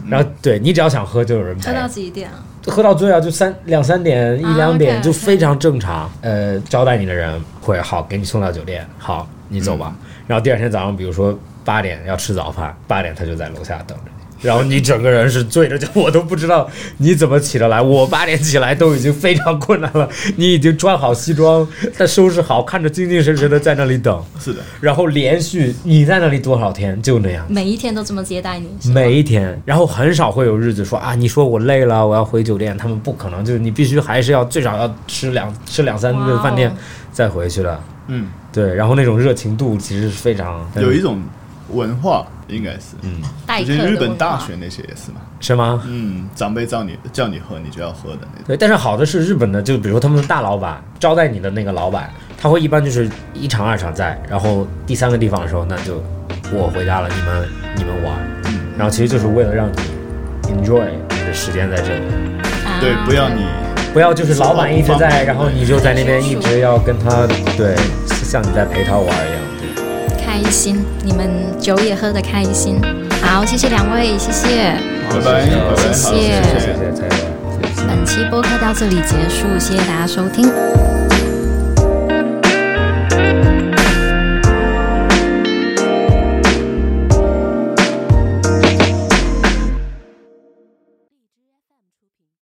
B: 然后对你只要想喝就有人陪
A: 喝，到几点啊？
B: 喝到醉啊，就三两三点一
A: 啊
B: 两点、
A: OK，
B: 就
A: OK
B: 非常正常。呃，招待你的人会好，给你送到酒店，好，你走吧。然后第二天早上，比如说八点要吃早饭，八点他就在楼下等着你。然后你整个人是醉着，就我都不知道你怎么起得来。我八点起来都已经非常困难了，你已经穿好西装，再收拾好，看着精精神神的在那里等。
D: 是的，
B: 然后连续你在那里多少天就那样，
A: 每一天都这么接待你？是吧
B: 每一天，然后很少会有日子说啊，你说我累了，我要回酒店，他们不可能，就是你必须还是要最少要吃两吃两三顿饭店
A: 哇哦
B: 再回去的，
D: 嗯，
B: 对，然后那种热情度其实是非常
D: 有一种文化应该是，嗯，
A: 待
D: 我
A: 客
D: 觉
A: 的
D: 得日本
A: 文
D: 大
A: 化
D: 学那些也是嘛，
B: 是吗？
D: 嗯，长辈叫你叫你喝，你就要喝的那种。
B: 对，但是好的是日本的，就比如说他们的大老板招待你的那个老板，他会一般就是一场二场在，然后第三个地方的时候，那就我回家了，你们你们玩，然后其实就是为了让你 enjoy 你的时间在这里。
A: 啊
D: 对，不要你
B: 不要就是老板一直在，然后你就在那边一直要跟他对，像你在陪他玩一样。对
A: 开心，你们酒也喝得开心。好，谢谢两位，谢谢。
D: 拜拜，拜拜，好
A: 谢谢
D: 谢
B: 谢谢蔡老师。
A: 本期播客到这里结束，谢谢大家收听。